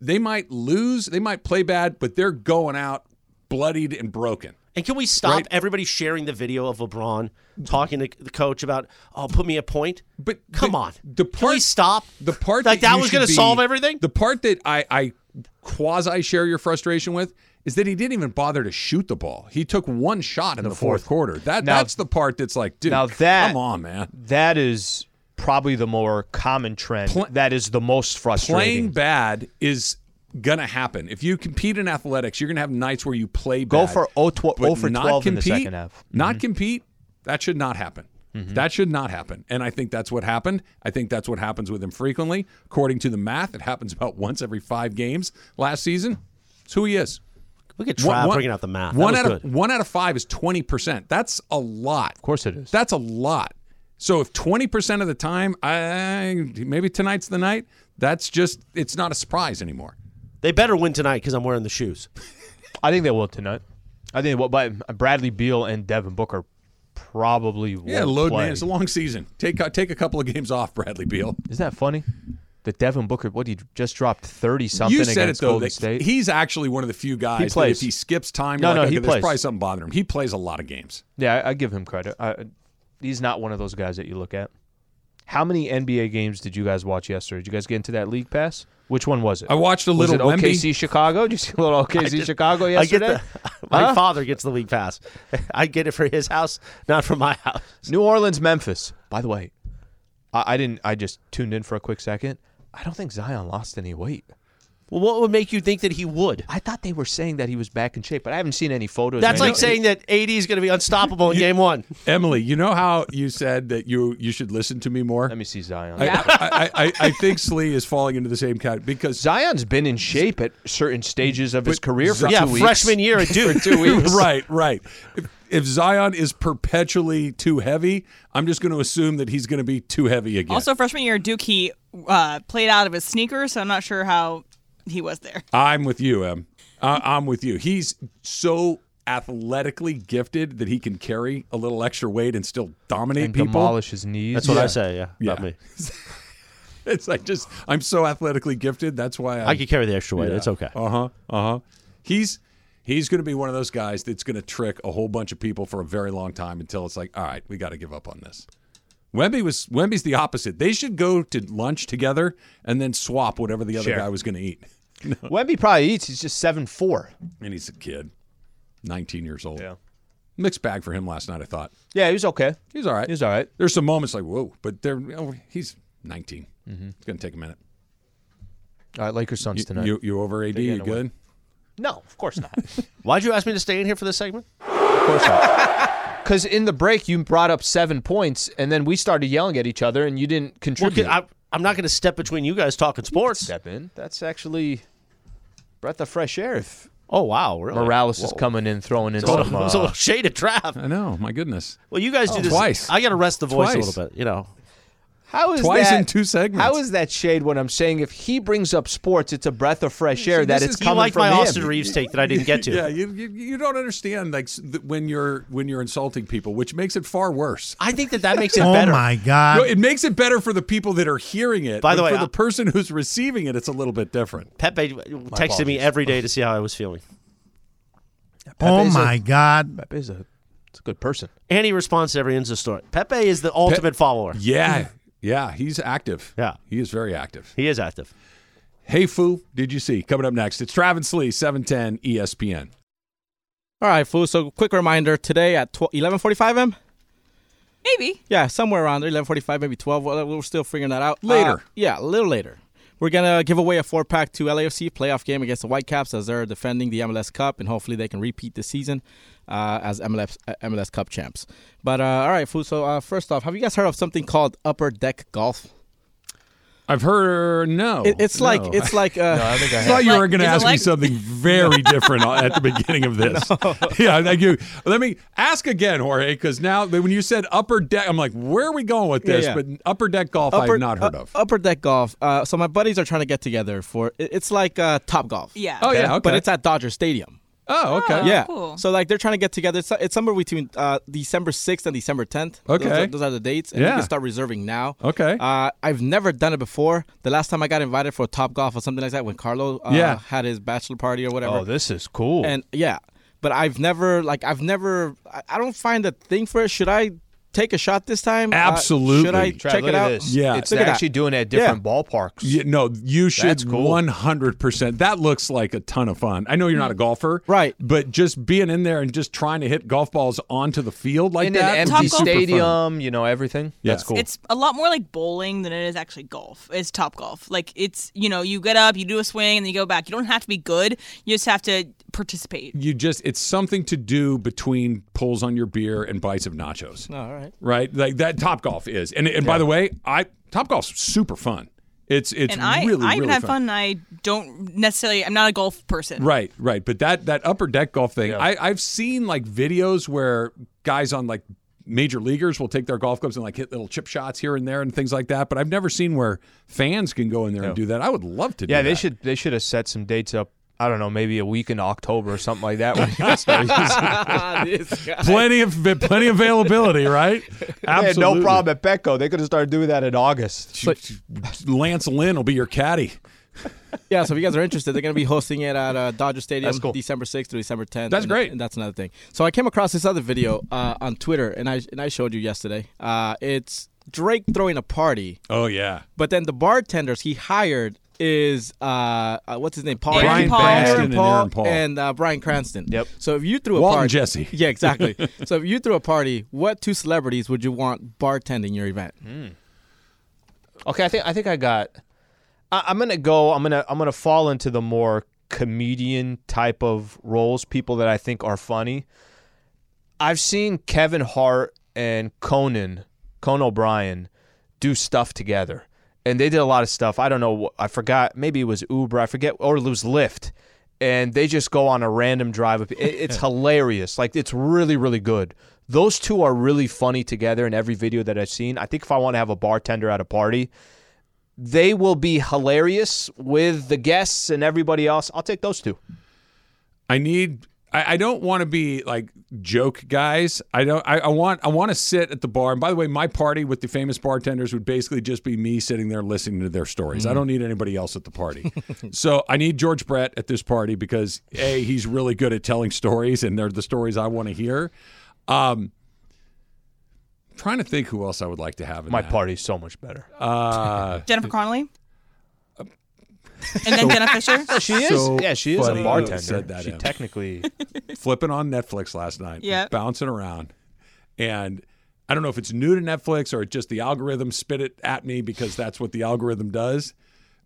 Speaker 2: they might lose, they might play bad, but they're going out bloodied and broken.
Speaker 1: And can we stop everybody sharing the video of LeBron talking to the coach about, "Oh, put me a point"?
Speaker 2: But
Speaker 1: come
Speaker 2: the-
Speaker 1: on,
Speaker 2: the
Speaker 1: Can
Speaker 2: part
Speaker 1: we stop.
Speaker 2: The part
Speaker 1: like that
Speaker 2: you
Speaker 1: was
Speaker 2: should
Speaker 1: going to
Speaker 2: be-
Speaker 1: solve everything.
Speaker 2: The part that I, I quasi share your frustration with is that he didn't even bother to shoot the ball. He took one shot in the, fourth, quarter. That
Speaker 4: Now-
Speaker 2: that's the part that's like, dude,
Speaker 4: now that-
Speaker 2: come on, man,
Speaker 4: That is probably the more common trend.
Speaker 2: Pla-
Speaker 4: that is the most frustrating.
Speaker 2: playing bad is gonna happen. If you compete in athletics, you're gonna have nights where you play bad.
Speaker 4: Go for 0 tw-
Speaker 2: but
Speaker 4: 0 for
Speaker 2: not
Speaker 4: 12 in the
Speaker 2: compete,
Speaker 4: second half. Mm-hmm.
Speaker 2: Not compete. That should not happen. That should not happen. And I think that's what happened. I think that's what happens with him frequently. According to the math, it happens about once every five games last season. It's who he is.
Speaker 1: we could try
Speaker 2: One- one-
Speaker 1: bringing out the math. That
Speaker 2: One
Speaker 1: was
Speaker 2: out of
Speaker 1: good.
Speaker 2: one out of five is twenty percent. That's a lot. Of
Speaker 4: course it is.
Speaker 2: That's a lot. So if twenty percent of the time, I maybe tonight's the night. That's just it's not a surprise anymore.
Speaker 1: They better win tonight because I'm wearing the shoes.
Speaker 4: I think they will tonight. I think what by Bradley Beal and Devin Booker probably will
Speaker 2: Yeah, load
Speaker 4: play.
Speaker 2: man. It's a long season. Take a- take a couple of games off, Bradley Beal.
Speaker 4: Isn't that funny? That Devin Booker, what he just dropped thirty something
Speaker 2: you said it
Speaker 4: against
Speaker 2: though.
Speaker 4: Golden
Speaker 2: that
Speaker 4: State.
Speaker 2: He's actually one of the few guys. that
Speaker 4: plays.
Speaker 2: if he skips time, you're
Speaker 4: No,
Speaker 2: like,
Speaker 4: no,
Speaker 2: okay,
Speaker 4: he
Speaker 2: there's
Speaker 4: plays.
Speaker 2: probably something bothering him. He plays a lot of games.
Speaker 4: yeah, I, I give him credit. I, he's not one of those guys that you look at. How many NBA games did you guys watch yesterday? Did you guys get into that league pass? Which one was it?
Speaker 2: I watched a little
Speaker 4: was it
Speaker 2: Wemby.
Speaker 4: OKC Chicago. Did you see a little OKC Chicago
Speaker 1: I get
Speaker 4: yesterday?
Speaker 1: the, my
Speaker 4: Huh?
Speaker 1: father gets the league pass. I get it for his house, not for my house.
Speaker 4: New Orleans, Memphis. By the way, I, I didn't. I just tuned in for a quick second. I don't think Zion lost any weight.
Speaker 1: Well, what would make you think that he would?
Speaker 4: I thought they were saying that he was back in shape, but I haven't seen any photos.
Speaker 1: That's
Speaker 4: or
Speaker 1: like saying
Speaker 4: anything.
Speaker 1: that AD is going to be unstoppable in game one.
Speaker 2: Emily, you know how you said that you you should listen to me more.
Speaker 4: Let me see Zion.
Speaker 2: I, I, I, I, I think Slee is falling into the same category because
Speaker 4: Zion's been in shape at certain stages of his career for
Speaker 1: yeah,
Speaker 4: two weeks.
Speaker 1: freshman year at Duke.
Speaker 4: two weeks.
Speaker 2: right, right. If, if Zion is perpetually too heavy, I'm just going to assume that he's going to be too heavy again.
Speaker 3: Also, freshman year at Duke, he uh, played out of his sneakers, so I'm not sure how he was there.
Speaker 2: I'm with you, Em. I- I'm with you. He's so athletically gifted that he can carry a little extra weight and still dominate
Speaker 4: And
Speaker 2: people.
Speaker 4: demolish his knees.
Speaker 1: That's what
Speaker 2: Yeah.
Speaker 1: I say. Yeah,
Speaker 2: Yeah.
Speaker 1: about me.
Speaker 2: It's like just I'm so athletically gifted. That's why I'm,
Speaker 1: I could carry the extra weight. It's okay.
Speaker 2: Uh huh. Uh huh. He's he's going to be one of those guys that's going to trick a whole bunch of people for a very long time until it's like, all right, we got to give up on this. Wemby was Wemby's the opposite. They should go to lunch together and then swap whatever the other guy was going to eat.
Speaker 4: Wemby probably eats. He's just seven four.
Speaker 2: And he's a kid, 19 years old.
Speaker 4: Yeah.
Speaker 2: Mixed bag for him last night. I thought
Speaker 4: Yeah, he was okay.
Speaker 2: he's all right.
Speaker 4: He was all right.
Speaker 2: There's some moments like whoa, but they're oh, he's 19. It's going to take a minute.
Speaker 4: All right, Lakers Suns
Speaker 2: You,
Speaker 4: Mm-hmm. tonight.
Speaker 2: you, you over AD? You
Speaker 4: gotta win.
Speaker 2: good?
Speaker 4: no, of course not.
Speaker 1: Why'd you ask me to stay in here for this segment?
Speaker 4: Of course not. Because in the break you brought up seven points, and then we started yelling at each other, and you didn't
Speaker 1: Well,
Speaker 4: contribute.
Speaker 1: I, I'm not going to step between you guys talking sports.
Speaker 4: Step in. That's actually breath of fresh air. If
Speaker 1: Oh wow, really?
Speaker 4: Morales is
Speaker 1: Whoa.
Speaker 4: coming in, throwing in
Speaker 1: It's a
Speaker 4: some.
Speaker 1: little, it's a
Speaker 4: Uh,
Speaker 1: little shaded draft.
Speaker 2: I know. My goodness.
Speaker 1: Well, you guys do this
Speaker 2: Oh, twice.
Speaker 1: I got to rest the voice
Speaker 2: Twice.
Speaker 1: a little bit. You know,
Speaker 4: how is
Speaker 2: Twice
Speaker 4: that,
Speaker 2: in two segments.
Speaker 4: How is that shade when I'm saying if he brings up sports, it's a breath of fresh air that
Speaker 2: this
Speaker 4: it's
Speaker 2: is- you
Speaker 1: you
Speaker 4: coming
Speaker 1: like
Speaker 4: from
Speaker 1: my
Speaker 4: him.
Speaker 1: Austin Reeves take that I didn't get to.
Speaker 2: Yeah, you, you you don't understand like s- th- when you're when you're insulting people, which makes it far worse.
Speaker 1: I think that that makes
Speaker 4: Oh
Speaker 1: it better.
Speaker 7: God.
Speaker 6: Um,
Speaker 2: No, it makes it better for the people that are hearing it.
Speaker 1: By the
Speaker 2: but
Speaker 1: way,
Speaker 2: for
Speaker 1: I-
Speaker 2: the person who's receiving it, it's a little bit different.
Speaker 1: Pepe texted me
Speaker 4: apologies.
Speaker 1: every day to see how I was feeling,
Speaker 4: Pepe's a-
Speaker 7: God.
Speaker 4: Pepe's a, it's a good person.
Speaker 1: and he responds to every Insta story. Pepe is the ultimate follower.
Speaker 2: Yeah, Yeah, he's active.
Speaker 1: Yeah.
Speaker 2: He is very active.
Speaker 1: He is active.
Speaker 2: Hey, Foo, did you see? Coming up next, it's Travis Lee, E 710 ESPN.
Speaker 5: All right, Foo. So quick reminder today at 12, 11:45 m.
Speaker 3: Maybe.
Speaker 5: Yeah, somewhere around there, 11:45, maybe 12. Well, We're still figuring that out.
Speaker 2: Later.
Speaker 5: Uh, yeah, a little later. We're gonna give away a four pack to LAFC playoff game against the Whitecaps as they're defending the MLS Cup, and hopefully they can repeat this season uh, as MLS uh, MLS Cup champs. But uh, all right, Foo. So uh, first off, have you guys heard of something called Upper Deck Golf?
Speaker 2: I've heard no.
Speaker 5: It, it's like
Speaker 2: No.
Speaker 5: it's like uh,
Speaker 4: I think I
Speaker 2: I
Speaker 4: have.
Speaker 2: thought you
Speaker 3: like-
Speaker 2: were going to
Speaker 3: is it
Speaker 2: ask me
Speaker 3: like-
Speaker 2: something very different at the beginning of this. Yeah, thank you. Let me ask again, Jorge, because now when you said upper deck, I'm like, where are we going with
Speaker 5: Yeah,
Speaker 2: this?
Speaker 5: yeah.
Speaker 2: But upper deck golf,
Speaker 5: upper,
Speaker 2: I've not heard
Speaker 5: uh,
Speaker 2: of.
Speaker 5: Upper Deck Golf. Uh, so my buddies are trying to get together for it- it's like uh, Top Golf.
Speaker 3: Yeah.
Speaker 2: oh yeah, okay.
Speaker 5: But it's at Dodger Stadium.
Speaker 2: oh okay.
Speaker 5: yeah.
Speaker 3: cool.
Speaker 5: So like they're trying to get together. It's, it's somewhere between uh, December 6th and December 10th. Those
Speaker 2: Okay.
Speaker 5: are, those are the dates. And you
Speaker 2: Yeah.
Speaker 5: can start reserving now.
Speaker 2: Okay.
Speaker 5: Uh, I've never done it before. The last time I got invited for Top Golf or something like that when Carlo uh,
Speaker 2: Yeah.
Speaker 5: had his bachelor party or whatever.
Speaker 4: Oh, this is cool.
Speaker 5: and yeah. But I've never like I've never I, I don't find a thing for it. Should I take a shot this time? Uh,
Speaker 2: Absolutely.
Speaker 5: should I
Speaker 4: Trav,
Speaker 5: check
Speaker 4: look at
Speaker 5: it out?
Speaker 4: This.
Speaker 2: Yeah.
Speaker 4: it's
Speaker 5: Look at that.
Speaker 4: actually doing it at different ballparks.
Speaker 2: Yeah, no, you should
Speaker 4: That's cool.
Speaker 2: 100%. That looks like a ton of fun. I know you're not a golfer.
Speaker 5: Right.
Speaker 2: But just being in there and just trying to hit golf balls onto the field like
Speaker 4: in
Speaker 2: that.
Speaker 4: an
Speaker 2: would
Speaker 4: empty
Speaker 2: be super fun.
Speaker 4: stadium, you know everything.
Speaker 2: Yeah.
Speaker 4: That's cool.
Speaker 3: It's a lot more like bowling than it is actually golf. It's top golf. Like it's you know you get up, you do a swing, and then you go back. You don't have to be good. You just have to participate.
Speaker 2: You just, it's something to do between pulls on your beer and bites of nachos.
Speaker 5: No, all right.
Speaker 2: right? Like that Top Golf is. And and by the way, I Top Golf's super fun. It's it's
Speaker 3: and I
Speaker 2: really
Speaker 3: I even
Speaker 2: really
Speaker 3: have fun. I don't necessarily. I'm not a golf person.
Speaker 2: Right, right. But that that upper deck golf thing, I I've seen like videos where guys on like major leaguers will take their golf clubs and like hit little chip shots here and there and things like that, but I've never seen where fans can go in there and do that. I would love to do
Speaker 4: yeah, they
Speaker 2: that.
Speaker 4: should they should have set some dates up. I don't know, maybe a week in October or something like that. when you start using-
Speaker 5: This guy.
Speaker 2: Plenty of plenty of availability, right?
Speaker 4: They had
Speaker 2: Absolutely.
Speaker 4: no problem at Petco. They could have started doing that in August.
Speaker 2: Lance Lynn will be your caddy.
Speaker 5: Yeah, so if you guys are interested, they're going to be hosting it at uh, Dodger Stadium
Speaker 4: That's cool.
Speaker 5: December 6th through December 10th.
Speaker 2: That's
Speaker 5: and-
Speaker 2: great.
Speaker 5: And that's another thing. So I came across this other video uh, on Twitter, and I and I showed you yesterday. Uh, it's Drake throwing a party,
Speaker 2: Oh yeah.
Speaker 5: but then the bartenders he hired is uh, uh, what's his name, Paul
Speaker 3: Aaron Brian Paul. Cranston
Speaker 2: and Aaron Paul.
Speaker 5: and, uh, Brian Cranston.
Speaker 4: Yep.
Speaker 5: So if you threw a
Speaker 2: Walt and
Speaker 5: party,
Speaker 2: Jesse.
Speaker 5: yeah, exactly. so if you threw a party, what two celebrities would you want bartending your event?
Speaker 4: Hmm? Okay, I think I think I got. I, I'm gonna go. I'm gonna I'm gonna fall into the more comedian type of roles. People that I think are funny. I've seen Kevin Hart and Conan, Conan O'Brien, do stuff together, and they did a lot of stuff. I don't know. what- I forgot. Maybe it was Uber. I forget, or it was Lyft. And they just go on a random drive. It- It's hilarious. Like it's really, really good. Those two are really funny together in every video that I've seen. I think if I want to have a bartender at a party, they will be hilarious with the guests and everybody else. I'll take those two.
Speaker 2: I need. I, I don't want to be like joke guys. I don't. I, I want. I want to sit at the bar. And by the way, my party with the famous bartenders would basically just be me sitting there listening to their stories. I don't need anybody else at the party. so I need George Brett at this party because a he's really good at telling stories, and they're the stories I want to hear. Um, trying to think who else I would like to have. In
Speaker 4: My
Speaker 2: that.
Speaker 4: party's so much better.
Speaker 3: Jennifer Connelly.
Speaker 2: Uh,
Speaker 3: and then Jenna Fisher.
Speaker 4: she is.
Speaker 2: so
Speaker 4: yeah, she is
Speaker 2: funny
Speaker 4: a
Speaker 2: you
Speaker 4: bartender.
Speaker 2: said that,
Speaker 4: she
Speaker 2: Em.
Speaker 4: technically.
Speaker 2: flipping on Netflix last night,
Speaker 3: Yeah.
Speaker 2: bouncing around, and I don't know if it's new to Netflix or just the algorithm spit it at me because that's what the algorithm does.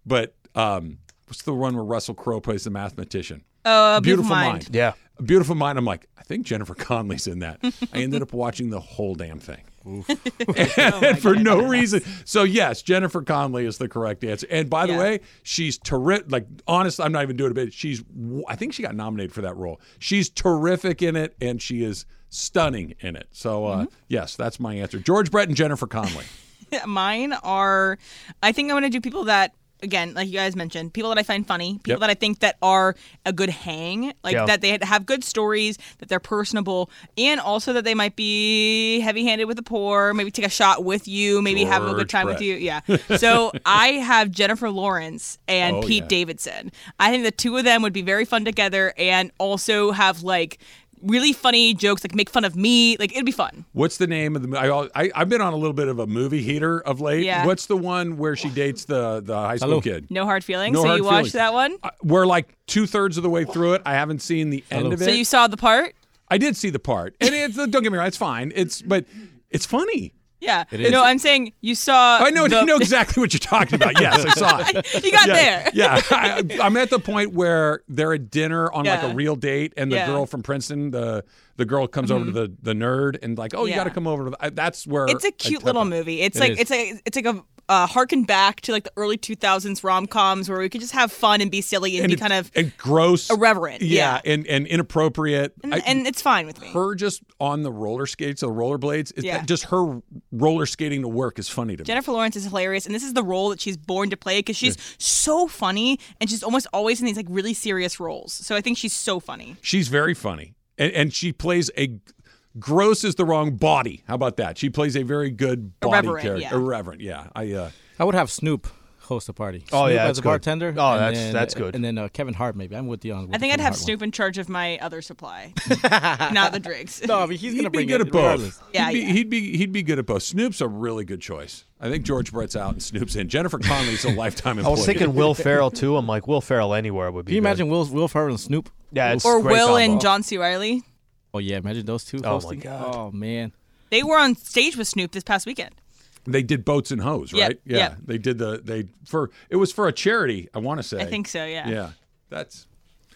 Speaker 2: But um, what's the one where Russell Crowe plays the mathematician?
Speaker 3: Uh, Beautiful,
Speaker 4: Yeah.
Speaker 2: Beautiful Mind. I'm like, I think Jennifer Conley's in that. I ended up watching the whole damn thing.
Speaker 3: Oh
Speaker 2: and for no reason. So yes, Jennifer Conley is the correct answer. And by the
Speaker 3: Yeah.
Speaker 2: way, she's terrific. Like honestly, I'm not even doing a bit. She's, w- I think she got nominated for that role. She's terrific in it, and she is stunning in it. So
Speaker 3: Mm-hmm.
Speaker 2: uh, yes, that's my answer. George Brett and Jennifer Conley.
Speaker 3: mine are i think i'm going to do people that again like you guys mentioned people that i find funny people
Speaker 2: Yep.
Speaker 3: that i think that are a good hang like
Speaker 4: Yeah.
Speaker 3: that they have good stories that they're personable and also that they might be heavy-handed with the poor maybe take a shot with you maybe have a
Speaker 2: George
Speaker 3: good time
Speaker 2: Brett.
Speaker 3: with you yeah so i have jennifer lawrence and
Speaker 2: Oh,
Speaker 3: pete
Speaker 2: yeah.
Speaker 3: davidson i think the two of them would be very fun together and also have like really funny jokes, like make fun of me. Like it'd be fun.
Speaker 2: What's the name of the? I, I I've been on a little bit of a movie heater of late.
Speaker 3: Yeah.
Speaker 2: What's the one where she dates the the high school kid?
Speaker 3: No hard feelings.
Speaker 2: No
Speaker 3: so
Speaker 2: hard
Speaker 3: you
Speaker 2: feelings.
Speaker 3: watched that one.
Speaker 2: I- We're like two thirds of the way through it. I haven't seen the end of it.
Speaker 3: So you saw the part.
Speaker 2: I did see the part, and it's, don't get me wrong, it's fine. It's but it's funny.
Speaker 3: Yeah.
Speaker 2: is.
Speaker 3: No, I'm saying you saw.
Speaker 2: I know,
Speaker 3: the-
Speaker 2: I know exactly what you're talking about. Yes, I saw it.
Speaker 3: you got there.
Speaker 2: Yeah, I, I'm at the point where they're at dinner on like
Speaker 3: Yeah.
Speaker 2: a real date, and the
Speaker 3: Yeah. Mm-hmm.
Speaker 2: girl from Princeton, the the girl comes over to the the nerd and like, oh, you
Speaker 3: Yeah.
Speaker 2: got to come over. To the, I, that's where
Speaker 3: It's
Speaker 2: I
Speaker 3: a cute
Speaker 2: tap
Speaker 3: little
Speaker 2: out.
Speaker 3: movie. It's
Speaker 2: It
Speaker 3: like
Speaker 2: is.
Speaker 3: it's a it's like a uh, harken back to like the early 2000s rom coms where we could just have fun and be silly and,
Speaker 2: and
Speaker 3: be
Speaker 2: it-
Speaker 3: kind of
Speaker 2: and gross,
Speaker 3: irreverent.
Speaker 2: Yeah,
Speaker 3: Yeah.
Speaker 2: and and inappropriate.
Speaker 3: and,
Speaker 2: I-
Speaker 3: and it's fine with me.
Speaker 2: her just on the roller skates, the rollerblades. it-
Speaker 3: Yeah.
Speaker 2: Just her roller skating to work is funny to me.
Speaker 3: Jennifer Lawrence is hilarious, and this is the role that she's born to play because she's so funny, and she's almost always in these like really serious roles. So I think she's so funny.
Speaker 2: She's very funny, and, and she plays a gross is the wrong body. How about that? She plays a very good body
Speaker 3: Irreverent,
Speaker 2: character.
Speaker 3: yeah.
Speaker 2: Irreverent, yeah. I uh,
Speaker 5: I would have Snoop host a party.
Speaker 4: Oh,
Speaker 5: Snoop
Speaker 4: yeah,
Speaker 5: as
Speaker 4: that's
Speaker 5: a
Speaker 4: good.
Speaker 5: bartender.
Speaker 4: Oh,
Speaker 5: and
Speaker 4: that's-
Speaker 5: then-
Speaker 4: that's good.
Speaker 5: And then uh, Kevin Hart, maybe. I'm with you on.
Speaker 3: I think I'd have Snoop in charge of my other supply, not the drinks.
Speaker 5: No, I mean, he's gonna
Speaker 2: he'd be
Speaker 5: bring
Speaker 2: good
Speaker 5: it
Speaker 2: at both.
Speaker 5: regardless.
Speaker 3: Yeah,
Speaker 2: he'd be,
Speaker 3: yeah.
Speaker 2: he'd be he'd be good at both. Snoop's a really good choice. I think George Brett's out and Snoop's in. Jennifer Connelly's a lifetime
Speaker 4: I
Speaker 2: employee.
Speaker 4: was thinking Will Ferrell too. I'm like Will Ferrell anywhere would be.
Speaker 5: Can you
Speaker 4: good.
Speaker 5: imagine Will Will Ferrell and Snoop?
Speaker 4: Yeah, it's
Speaker 3: or
Speaker 4: great
Speaker 3: Will and
Speaker 4: combo.
Speaker 3: John C. Riley.
Speaker 5: Oh yeah, imagine those two.
Speaker 4: Oh, my
Speaker 5: hosting.
Speaker 4: God.
Speaker 5: Oh man.
Speaker 3: They were on stage with Snoop this past weekend.
Speaker 2: they did boats and hose,
Speaker 3: Yeah,
Speaker 2: right? Yeah,
Speaker 3: yeah.
Speaker 2: they did the they for it was for a charity. I want to say.
Speaker 3: I think so. Yeah.
Speaker 2: Yeah, that's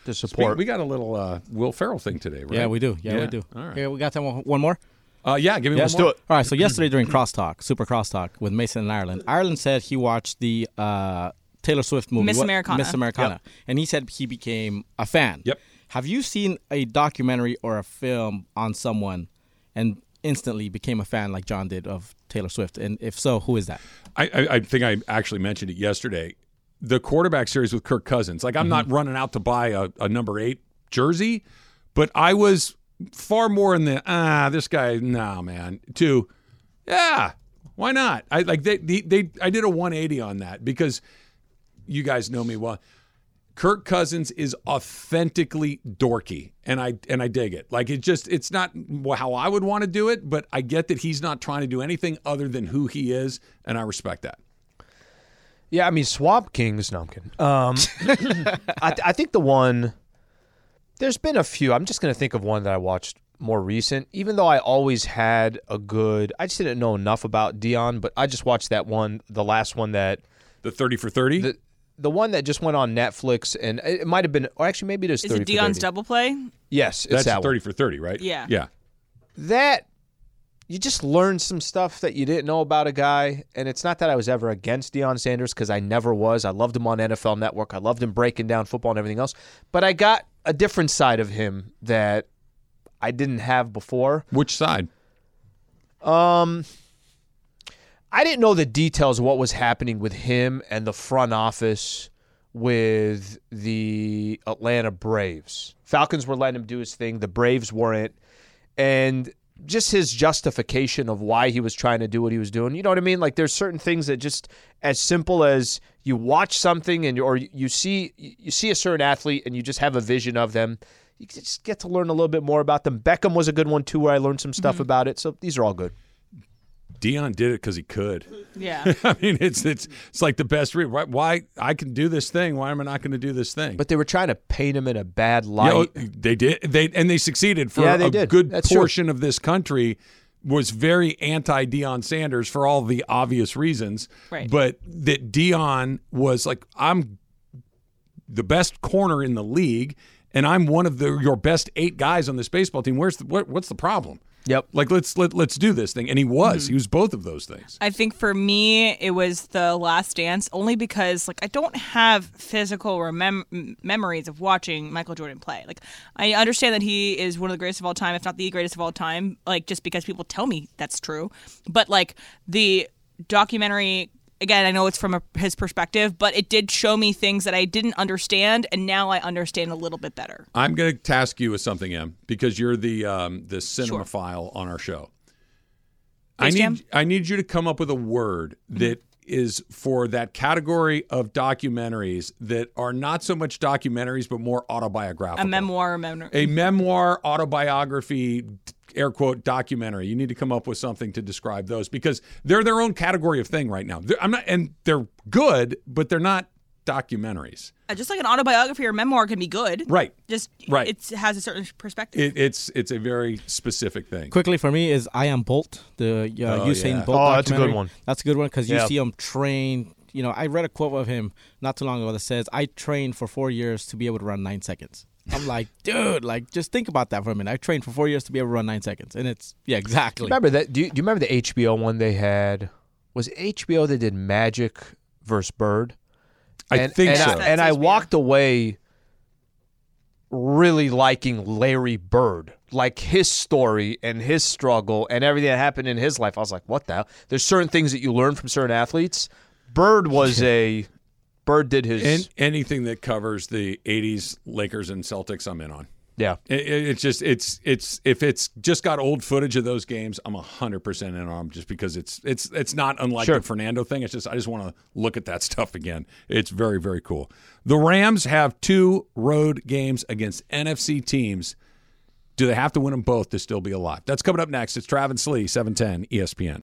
Speaker 4: to
Speaker 2: we,
Speaker 4: support.
Speaker 2: we got a little uh, Will Ferrell thing today, right?
Speaker 5: Yeah, we do. Yeah,
Speaker 2: Yeah.
Speaker 5: we do.
Speaker 2: All right.
Speaker 5: Okay, we got time one, one more.
Speaker 2: Uh, yeah, give me
Speaker 4: Let's
Speaker 2: one
Speaker 4: do
Speaker 2: more.
Speaker 4: it.
Speaker 5: All right. So yesterday during crosstalk, super crosstalk with Mason in Ireland, Ireland said he watched the uh, Taylor Swift movie,
Speaker 3: Miss
Speaker 5: What-
Speaker 3: Americana.
Speaker 5: Miss Americana, and he said he became a fan.
Speaker 2: Yep.
Speaker 5: Have you seen a documentary or a film on someone and instantly became a fan like John did of Taylor Swift? And if so, who is that?
Speaker 2: I, I, I think I actually mentioned it yesterday. The quarterback series with Kirk Cousins. Like, I'm
Speaker 5: Mm-hmm.
Speaker 2: not running out to buy a, a number eight jersey, but I was far more in the ah, this guy, nah, man. To yeah, why not? I like they, they they I did a 180 on that because you guys know me well. Kirk Cousins is authentically dorky, and I and I dig it. Like it just it's not how I would want to do it, but I get that he's not trying to do anything other than who he is, and I respect that.
Speaker 4: Yeah, I mean Swamp King's no, I'm kidding. Um, I, I think the one. There's been a few. I'm just gonna think of one that I watched more recent. Even though I always had a good, I just didn't know enough about Dion, but I just watched that one, the last one that
Speaker 2: The thirty for thirty.
Speaker 4: the the one that just went on Netflix, and it it might have been, or actually maybe it is.
Speaker 3: Is
Speaker 4: 30
Speaker 3: it
Speaker 4: for
Speaker 3: Dion's
Speaker 4: 30.
Speaker 3: double play?
Speaker 4: Yes, it's
Speaker 2: That's
Speaker 4: that one.
Speaker 2: thirty for thirty, right?
Speaker 3: Yeah.
Speaker 2: Yeah.
Speaker 4: that you just learn some stuff that you didn't know about a guy. And it's not that I was ever against Deion Sanders because I never was. I loved him on NFL Network. I loved him breaking down football and everything else. But I got a different side of him that I didn't have before.
Speaker 2: Which side?
Speaker 4: Um, I didn't know the details of what was happening with him and the front office with the Atlanta Braves. Falcons were letting him do his thing, the Braves weren't. And just his justification of why he was trying to do what he was doing. You know what I mean? Like there's certain things that just as simple as you watch something and you- or you see you see a certain athlete and you just have a vision of them. You just get to learn a little bit more about them. Beckham was a good one too, where I learned some stuff about it. So these are all good.
Speaker 2: Dion did it because he could.
Speaker 3: Yeah.
Speaker 2: I mean, it's it's it's like the best read. Why, why I can do this thing? Why am I not going to do this thing?
Speaker 4: But they were trying to paint him in a bad
Speaker 2: you
Speaker 4: light.
Speaker 2: know, they did. They and they succeeded for
Speaker 4: Yeah, they
Speaker 2: a
Speaker 4: did.
Speaker 2: good
Speaker 4: That's true.
Speaker 2: portion of this country was very anti Dion Sanders for all the obvious reasons.
Speaker 3: Right.
Speaker 2: But that Dion was like, I'm the best corner in the league, and I'm one of the your best eight guys on this baseball team. Where's the, what, what's the problem?
Speaker 4: Yep.
Speaker 2: Like let's let let's do this thing. And he was. He was both of those things.
Speaker 3: I think for me, it was The Last Dance, only because like I don't have physical remem- m- memories of watching Michael Jordan play. Like I understand that he is one of the greatest of all time, if not the greatest of all time. Like just because people tell me that's true, but like the documentary. Again, I know it's from a, his perspective, but it did show me things that I didn't understand, and now I understand a little bit better.
Speaker 2: I'm going to task you with something, Em, because you're the um, the cinemaphile on our show. I
Speaker 3: Space
Speaker 2: need
Speaker 3: Jam? Mm-hmm.
Speaker 2: I need you to come up with a word that is for that category of documentaries that are not so much documentaries but more autobiographical.
Speaker 3: a memoir, a memoir.
Speaker 2: a memoir autobiography air quote documentary you need to come up with something to describe those because they're their own category of thing right now They're- i'm not and they're good but they're not documentaries
Speaker 3: Uh, just like an autobiography or memoir can be good.
Speaker 2: right
Speaker 3: Just
Speaker 2: Right.
Speaker 3: It has a certain perspective.
Speaker 2: it, it's it's a very specific thing
Speaker 5: Quickly for me is I am Bolt, the uh,
Speaker 2: Oh,
Speaker 5: Usain
Speaker 2: yeah.
Speaker 5: Bolt.
Speaker 4: Oh, that's a good
Speaker 5: documentary.
Speaker 4: one.
Speaker 5: That's a good one because you
Speaker 4: Yeah.
Speaker 5: see him train. You know, I read a quote of him not too long ago that says, "I trained for four years to be able to run nine seconds." I'm like, dude, like just think about that for a minute. I trained for four years to be able to run nine seconds, and it's yeah, exactly.
Speaker 4: Remember that? Do you, do you remember the HBO one they had? Was it HBO that did Magic versus Bird?
Speaker 2: i
Speaker 4: and,
Speaker 2: think
Speaker 4: and
Speaker 2: so
Speaker 4: I, and I walked away really liking Larry Bird, like his story and his struggle and everything that happened in his life. I was like, what the hell? There's certain things that you learn from certain athletes. Bird was a Bird did his
Speaker 2: and anything that covers the 80s lakers and celtics i'm in on
Speaker 4: yeah.
Speaker 2: It- it- it's just it's it's if it's just got old footage of those games, I'm hundred percent in on 'em just because it's it's it's not unlike
Speaker 4: Sure.
Speaker 2: the Fernando thing. It's just I just want to look at that stuff again. It's very very cool. The Rams have two road games against NFC teams. Do they have to win them both to still be alive? That's coming up next. It's Travis Lee, seven ten E ESPN.